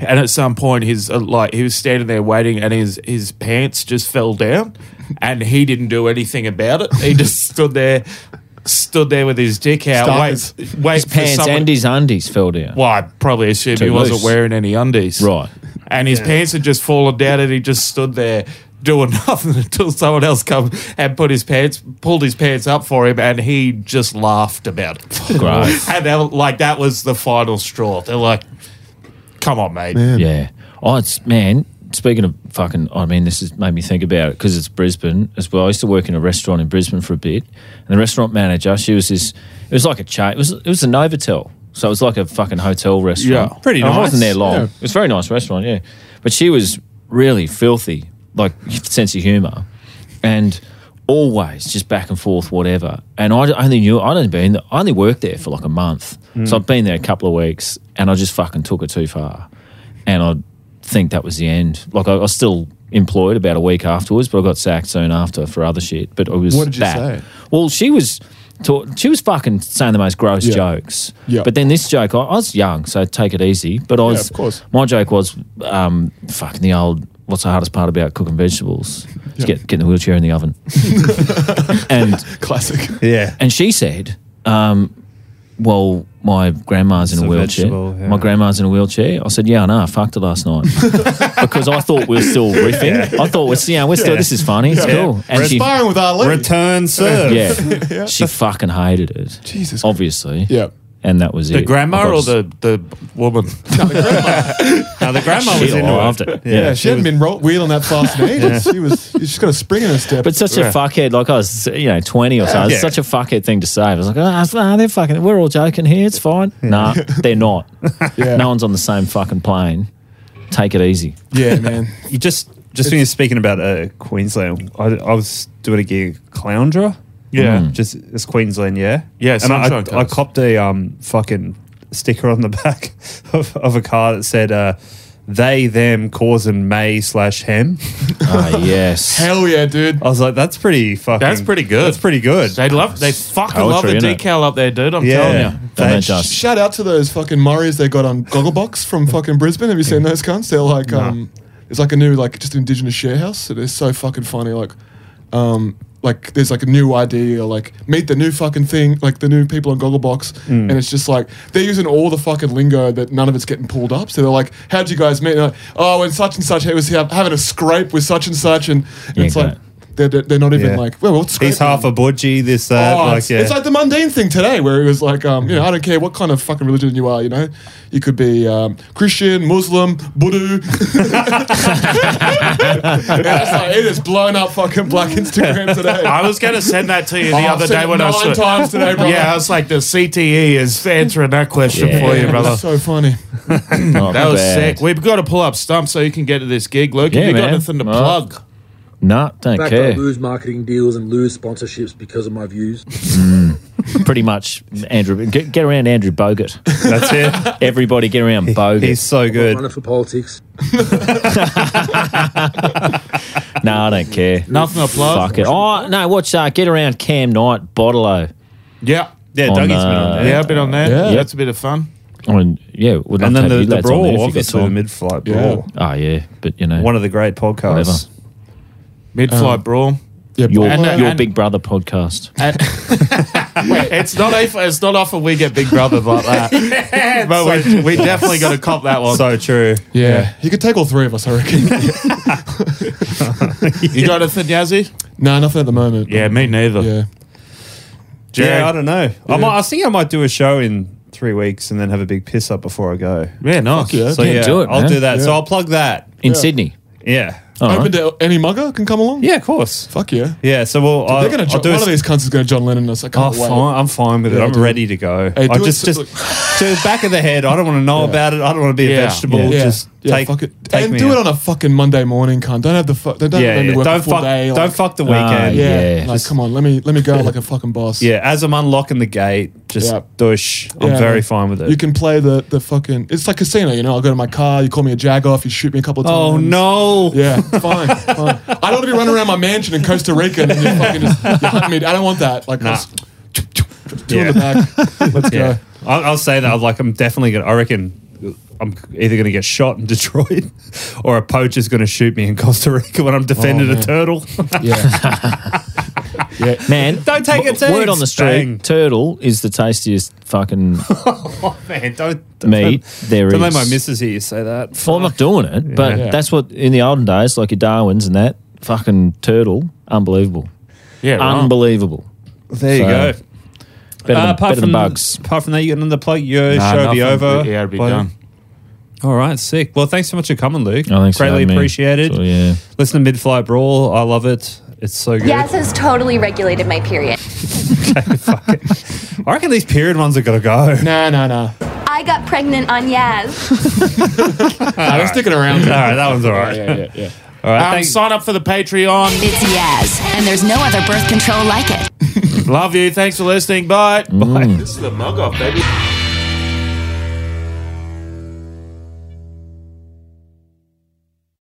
Speaker 6: And at some point, his uh, like he was standing there waiting, and his his pants just fell down, and he didn't do anything about it. He just stood there, stood there with his dick out,
Speaker 7: Starters.
Speaker 6: wait, wait
Speaker 3: his
Speaker 6: for
Speaker 3: pants
Speaker 6: someone-
Speaker 3: and his undies fell down.
Speaker 6: Well, I probably assume
Speaker 3: Too
Speaker 6: he wasn't
Speaker 3: loose.
Speaker 6: wearing any undies,
Speaker 3: Right.
Speaker 6: And his pants had just fallen down, and he just stood there doing nothing until someone else come and put his pants, pulled his pants up for him, and he just laughed about it.
Speaker 3: Gross.
Speaker 6: and they were, like that was the final straw. They're like, "Come on, mate."
Speaker 3: Yeah. Oh, it's man. Speaking of fucking, I mean, this has made me think about it because it's Brisbane as well. I used to work in a restaurant in Brisbane for a bit, and the restaurant manager, she was this. It was like a chain. It was it was a Novotel, so it was like a fucking hotel restaurant.
Speaker 6: Yeah.
Speaker 8: Pretty
Speaker 3: And I wasn't
Speaker 8: nice.
Speaker 3: there long.
Speaker 7: Yeah.
Speaker 3: It was a very nice restaurant, yeah. But she was really filthy, like sense of humor, and always just back and forth, whatever. And I only knew I'd only been I only worked there for like a month,
Speaker 7: Mm.
Speaker 3: so I'd been there a couple of weeks, and I just fucking took it too far, and I think that was the end. Like I, I was still employed about a week afterwards, but I got sacked soon after for other shit. But it was
Speaker 7: What did you
Speaker 3: that.
Speaker 7: say?
Speaker 3: Well, she was. ta- She was fucking saying the most gross
Speaker 7: Yeah.
Speaker 3: jokes.
Speaker 7: Yeah.
Speaker 3: But then this joke, I, I was young, so take it easy. But I
Speaker 7: Yeah,
Speaker 3: was,
Speaker 7: of course.
Speaker 3: My joke was, um, fucking the old. What's the hardest part about cooking vegetables? Just get get in the wheelchair in the oven. and
Speaker 7: classic.
Speaker 8: Yeah.
Speaker 3: and she said, um, well, my grandma's in
Speaker 8: It's
Speaker 3: a
Speaker 8: a
Speaker 3: wheelchair.
Speaker 8: vegetable, yeah.
Speaker 3: My grandma's in a wheelchair. I said, yeah, I know. I fucked her last night because I thought we were still riffing. I thought we're, yeah, we're still. This is funny. It's cool. And she,
Speaker 7: Sparring with Ali.
Speaker 8: Return serve.
Speaker 3: yeah, she fucking hated it.
Speaker 7: Jesus.
Speaker 3: obviously.
Speaker 7: Yeah.
Speaker 3: And that was it.
Speaker 6: The grandma
Speaker 3: I got
Speaker 6: or
Speaker 3: s-
Speaker 6: the, the woman?
Speaker 8: Now the grandma
Speaker 3: She
Speaker 8: was into
Speaker 3: loved
Speaker 8: it.
Speaker 3: it.
Speaker 7: Yeah, she, hadn't been ro- wheeling that fast in ages. She was. She's just got a spring in her step.
Speaker 3: But such a fuckhead, like I was, you know, 20 or so. It's
Speaker 8: Yeah.
Speaker 3: such a fuckhead thing to say. I was like, oh, ah, they're fucking, we're all joking here. It's fine. Nah, they're not.
Speaker 7: Yeah.
Speaker 3: No one's on the same fucking plane. Take it easy.
Speaker 7: yeah, man.
Speaker 8: You just just when you're speaking about uh, Queensland, I, I was doing a gig Cloundra.
Speaker 6: Yeah. Mm.
Speaker 8: just it's Queensland, yeah,
Speaker 6: Yeah,
Speaker 8: And I,
Speaker 6: Sunshine
Speaker 8: I, I
Speaker 6: Coast.
Speaker 8: copped a um fucking sticker on the back of, of a car that said uh, "They them cause and May slash Hem."
Speaker 3: Ah, yes.
Speaker 7: Hell yeah, dude.
Speaker 8: I was like, that's pretty fucking.
Speaker 6: That's pretty good.
Speaker 8: That's pretty good.
Speaker 6: They love, they fucking
Speaker 3: Poetry,
Speaker 6: love the
Speaker 3: innit?
Speaker 6: decal up there, dude. I'm
Speaker 8: yeah,
Speaker 6: telling you.
Speaker 3: Don't
Speaker 8: They-
Speaker 3: they just-
Speaker 7: Shout out to those fucking Murrays they got on Gogglebox from fucking Brisbane. Have you seen those cunts? They're like, um, it's like a new, like, just indigenous share house. So they're so fucking funny. Like, um, like there's like a new idea, like meet the new fucking thing, like the new people on Gogglebox, and it's just like they're using all the fucking lingo that none of it's getting pulled up. So they're like, "How'd you guys meet?" And they're like, oh, and such and such he was ha- having a scrape with such and such, and, and
Speaker 3: Yeah,
Speaker 7: it's like
Speaker 3: got
Speaker 7: they're, they're they're not even
Speaker 8: Yeah.
Speaker 7: like, well, what's
Speaker 8: He's
Speaker 7: scraping?"
Speaker 8: half a budgie. This that.
Speaker 7: Oh,
Speaker 8: like,
Speaker 7: it's,
Speaker 8: yeah.
Speaker 7: it's like the mundane thing today, where it was like, um, you know, I don't care what kind of fucking religion you are, you know, you could be um, Christian, Muslim, Buddha. yeah, it's like, it is blown up fucking black Instagram today.
Speaker 6: I was going to send that to you the
Speaker 7: Oh, I've
Speaker 6: other
Speaker 7: seen
Speaker 6: day
Speaker 7: it
Speaker 6: when I saw
Speaker 7: nine times today, brother.
Speaker 6: Yeah, I was like, the CTE E is answering that question
Speaker 3: Yeah.
Speaker 6: for you,
Speaker 7: It was
Speaker 6: brother.
Speaker 7: so funny.
Speaker 3: Not
Speaker 6: That was
Speaker 3: bad.
Speaker 6: sick. We've got to pull up Stump so you can get to this gig, Luke.
Speaker 3: Yeah,
Speaker 6: Have you got
Speaker 3: man.
Speaker 6: anything to
Speaker 3: Well,
Speaker 6: plug?
Speaker 3: No, don't
Speaker 12: fact, I
Speaker 3: care.
Speaker 12: lose marketing deals and lose sponsorships because of my views.
Speaker 3: Pretty much, Andrew. Get, get around Andrew Bogut.
Speaker 8: That's it.
Speaker 3: Everybody get around Bogut.
Speaker 8: He's so
Speaker 12: I'm
Speaker 8: good.
Speaker 12: running for politics.
Speaker 3: No, I don't care.
Speaker 6: Nothing to plug?
Speaker 3: Fuck it. Oh no, watch that. Get around Cam Knight, Bottolo.
Speaker 6: Yeah.
Speaker 8: Yeah,
Speaker 3: On,
Speaker 8: Dougie's been
Speaker 3: uh,
Speaker 8: on there.
Speaker 6: Yeah, I've been on that.
Speaker 7: Yeah.
Speaker 6: That's a bit of fun.
Speaker 3: I mean, yeah, would love
Speaker 8: And
Speaker 3: to
Speaker 8: then
Speaker 3: have
Speaker 8: the,
Speaker 3: you
Speaker 8: the
Speaker 3: lads on there if
Speaker 8: brawl,
Speaker 3: you got
Speaker 8: obviously, the
Speaker 3: time.
Speaker 8: mid flight
Speaker 7: Yeah.
Speaker 8: brawl.
Speaker 3: Oh yeah, but you know,
Speaker 8: One of the great podcasts.
Speaker 6: Mid
Speaker 3: Oh.
Speaker 6: flight brawl.
Speaker 7: Yeah,
Speaker 3: your
Speaker 7: but-
Speaker 6: And-
Speaker 8: uh,
Speaker 6: and-
Speaker 3: your
Speaker 6: and-
Speaker 3: Big Brother podcast.
Speaker 6: And- Wait, it's not if, it's not often we get Big Brother like that. but we, we definitely got to cop that one.
Speaker 8: So true.
Speaker 7: yeah. you could take all three of us, I reckon.
Speaker 6: you got anything, Yazzie?
Speaker 7: no, nothing at the moment.
Speaker 6: Yeah, me neither.
Speaker 7: yeah.
Speaker 6: Jared?
Speaker 8: Yeah, I don't know. I, might, I was thinking I might do a show in three weeks and then have a big piss up before I go.
Speaker 6: Yeah, nice.
Speaker 7: yeah.
Speaker 8: So
Speaker 3: Yeah,
Speaker 8: yeah,
Speaker 3: do it,
Speaker 8: I'll
Speaker 3: man.
Speaker 8: do that. So
Speaker 7: Yeah. Oh.
Speaker 8: I'll plug that.
Speaker 3: in Sydney.
Speaker 8: Yeah.
Speaker 3: All
Speaker 7: Open
Speaker 3: right.
Speaker 7: to any mugger can come along.
Speaker 8: Yeah, of course.
Speaker 7: Fuck yeah.
Speaker 8: Yeah, so we'll. I'll,
Speaker 7: They're gonna
Speaker 8: I'll
Speaker 7: John,
Speaker 8: do
Speaker 7: one
Speaker 8: a-
Speaker 7: of these cunts is gonna John Lennon us. I
Speaker 8: Oh,
Speaker 7: can't wait.
Speaker 8: fine. I'm fine with it.
Speaker 7: Yeah,
Speaker 8: I'm
Speaker 7: do it.
Speaker 8: ready to go.
Speaker 7: Hey,
Speaker 8: I
Speaker 7: do it
Speaker 8: just,
Speaker 7: so-
Speaker 8: just to the back of the head. I don't want to know about it. I don't want to be a
Speaker 6: Yeah.
Speaker 8: vegetable.
Speaker 7: Yeah.
Speaker 8: Just
Speaker 7: Yeah,
Speaker 8: take,
Speaker 7: fuck it.
Speaker 8: take
Speaker 7: and
Speaker 8: me
Speaker 7: do
Speaker 8: out.
Speaker 7: it on a fucking Monday morning, cunt. Don't have the fuck. Don't, don't
Speaker 8: yeah,
Speaker 7: let me
Speaker 8: yeah.
Speaker 7: work
Speaker 8: Don't
Speaker 7: a full
Speaker 8: fuck.
Speaker 7: day.
Speaker 8: don't
Speaker 7: like-
Speaker 8: fuck the
Speaker 3: Ah,
Speaker 8: weekend.
Speaker 3: yeah.
Speaker 8: yeah.
Speaker 7: like, come on, let me let me go like a fucking boss.
Speaker 8: as I'm unlocking the gate, just
Speaker 7: Yeah.
Speaker 8: douche. I'm
Speaker 7: Yeah,
Speaker 8: very
Speaker 7: man.
Speaker 8: fine with it.
Speaker 7: You can play the the fucking. It's like casino, you know. I'll go to my car. You call me a jagoff. You shoot me a couple of times.
Speaker 8: oh no!
Speaker 7: Yeah, fine, fine. I don't want to be running around my mansion in Costa Rica and you're fucking just you're hunting me. I don't want that. Like,
Speaker 8: Nah.
Speaker 7: two in the back. Let's
Speaker 8: Yeah.
Speaker 7: go.
Speaker 8: I'll, I'll say that. I'm like, I'm definitely gonna. I reckon I'm either gonna get shot in Detroit, or a poacher's gonna shoot me in Costa Rica when I'm defending
Speaker 7: Oh,
Speaker 8: a
Speaker 7: man.
Speaker 8: turtle.
Speaker 7: Yeah. yeah.
Speaker 3: Man,
Speaker 8: Don't take it to
Speaker 3: Word on the street:
Speaker 8: extreme.
Speaker 3: turtle is the tastiest fucking
Speaker 8: Man, don't, don't
Speaker 3: meat there
Speaker 8: Don't let
Speaker 3: is.
Speaker 8: my missus hear you say that.
Speaker 3: Well, I'm not doing it, but
Speaker 7: Yeah.
Speaker 3: that's what in the olden days, like your Darwin's and that fucking turtle, unbelievable,
Speaker 6: Yeah, right.
Speaker 3: unbelievable.
Speaker 8: There you
Speaker 3: So,
Speaker 8: go.
Speaker 3: Better than,
Speaker 8: Uh,
Speaker 3: better
Speaker 8: apart
Speaker 3: than
Speaker 8: from
Speaker 3: bugs.
Speaker 8: Apart from that, you got another plug. Your
Speaker 6: Nah,
Speaker 8: show will be
Speaker 6: nothing.
Speaker 8: over.
Speaker 6: Yeah, it'll be
Speaker 8: by-
Speaker 6: done.
Speaker 8: All right, sick. Well, thanks so much for coming, Luke.
Speaker 3: Oh, thanks for
Speaker 8: Greatly
Speaker 3: having me.
Speaker 8: appreciated.
Speaker 3: So, yeah.
Speaker 8: Listen to Mid Flight Brawl. I love it. It's so good.
Speaker 5: Yaz has totally regulated my period.
Speaker 8: I reckon these period ones are gonna go.
Speaker 7: Nah, nah, nah.
Speaker 5: I got pregnant on Yaz.
Speaker 7: I'm sticking around.
Speaker 8: all right, that one's all right.
Speaker 7: Yeah, yeah, yeah.
Speaker 8: All right,
Speaker 6: Um,
Speaker 8: thanks.
Speaker 6: sign up for the
Speaker 5: Um,
Speaker 6: Patreon.
Speaker 11: It's Yaz, and there's no other birth control like it.
Speaker 6: Love you. Thanks for listening. Bye.
Speaker 9: This is the mug off, baby.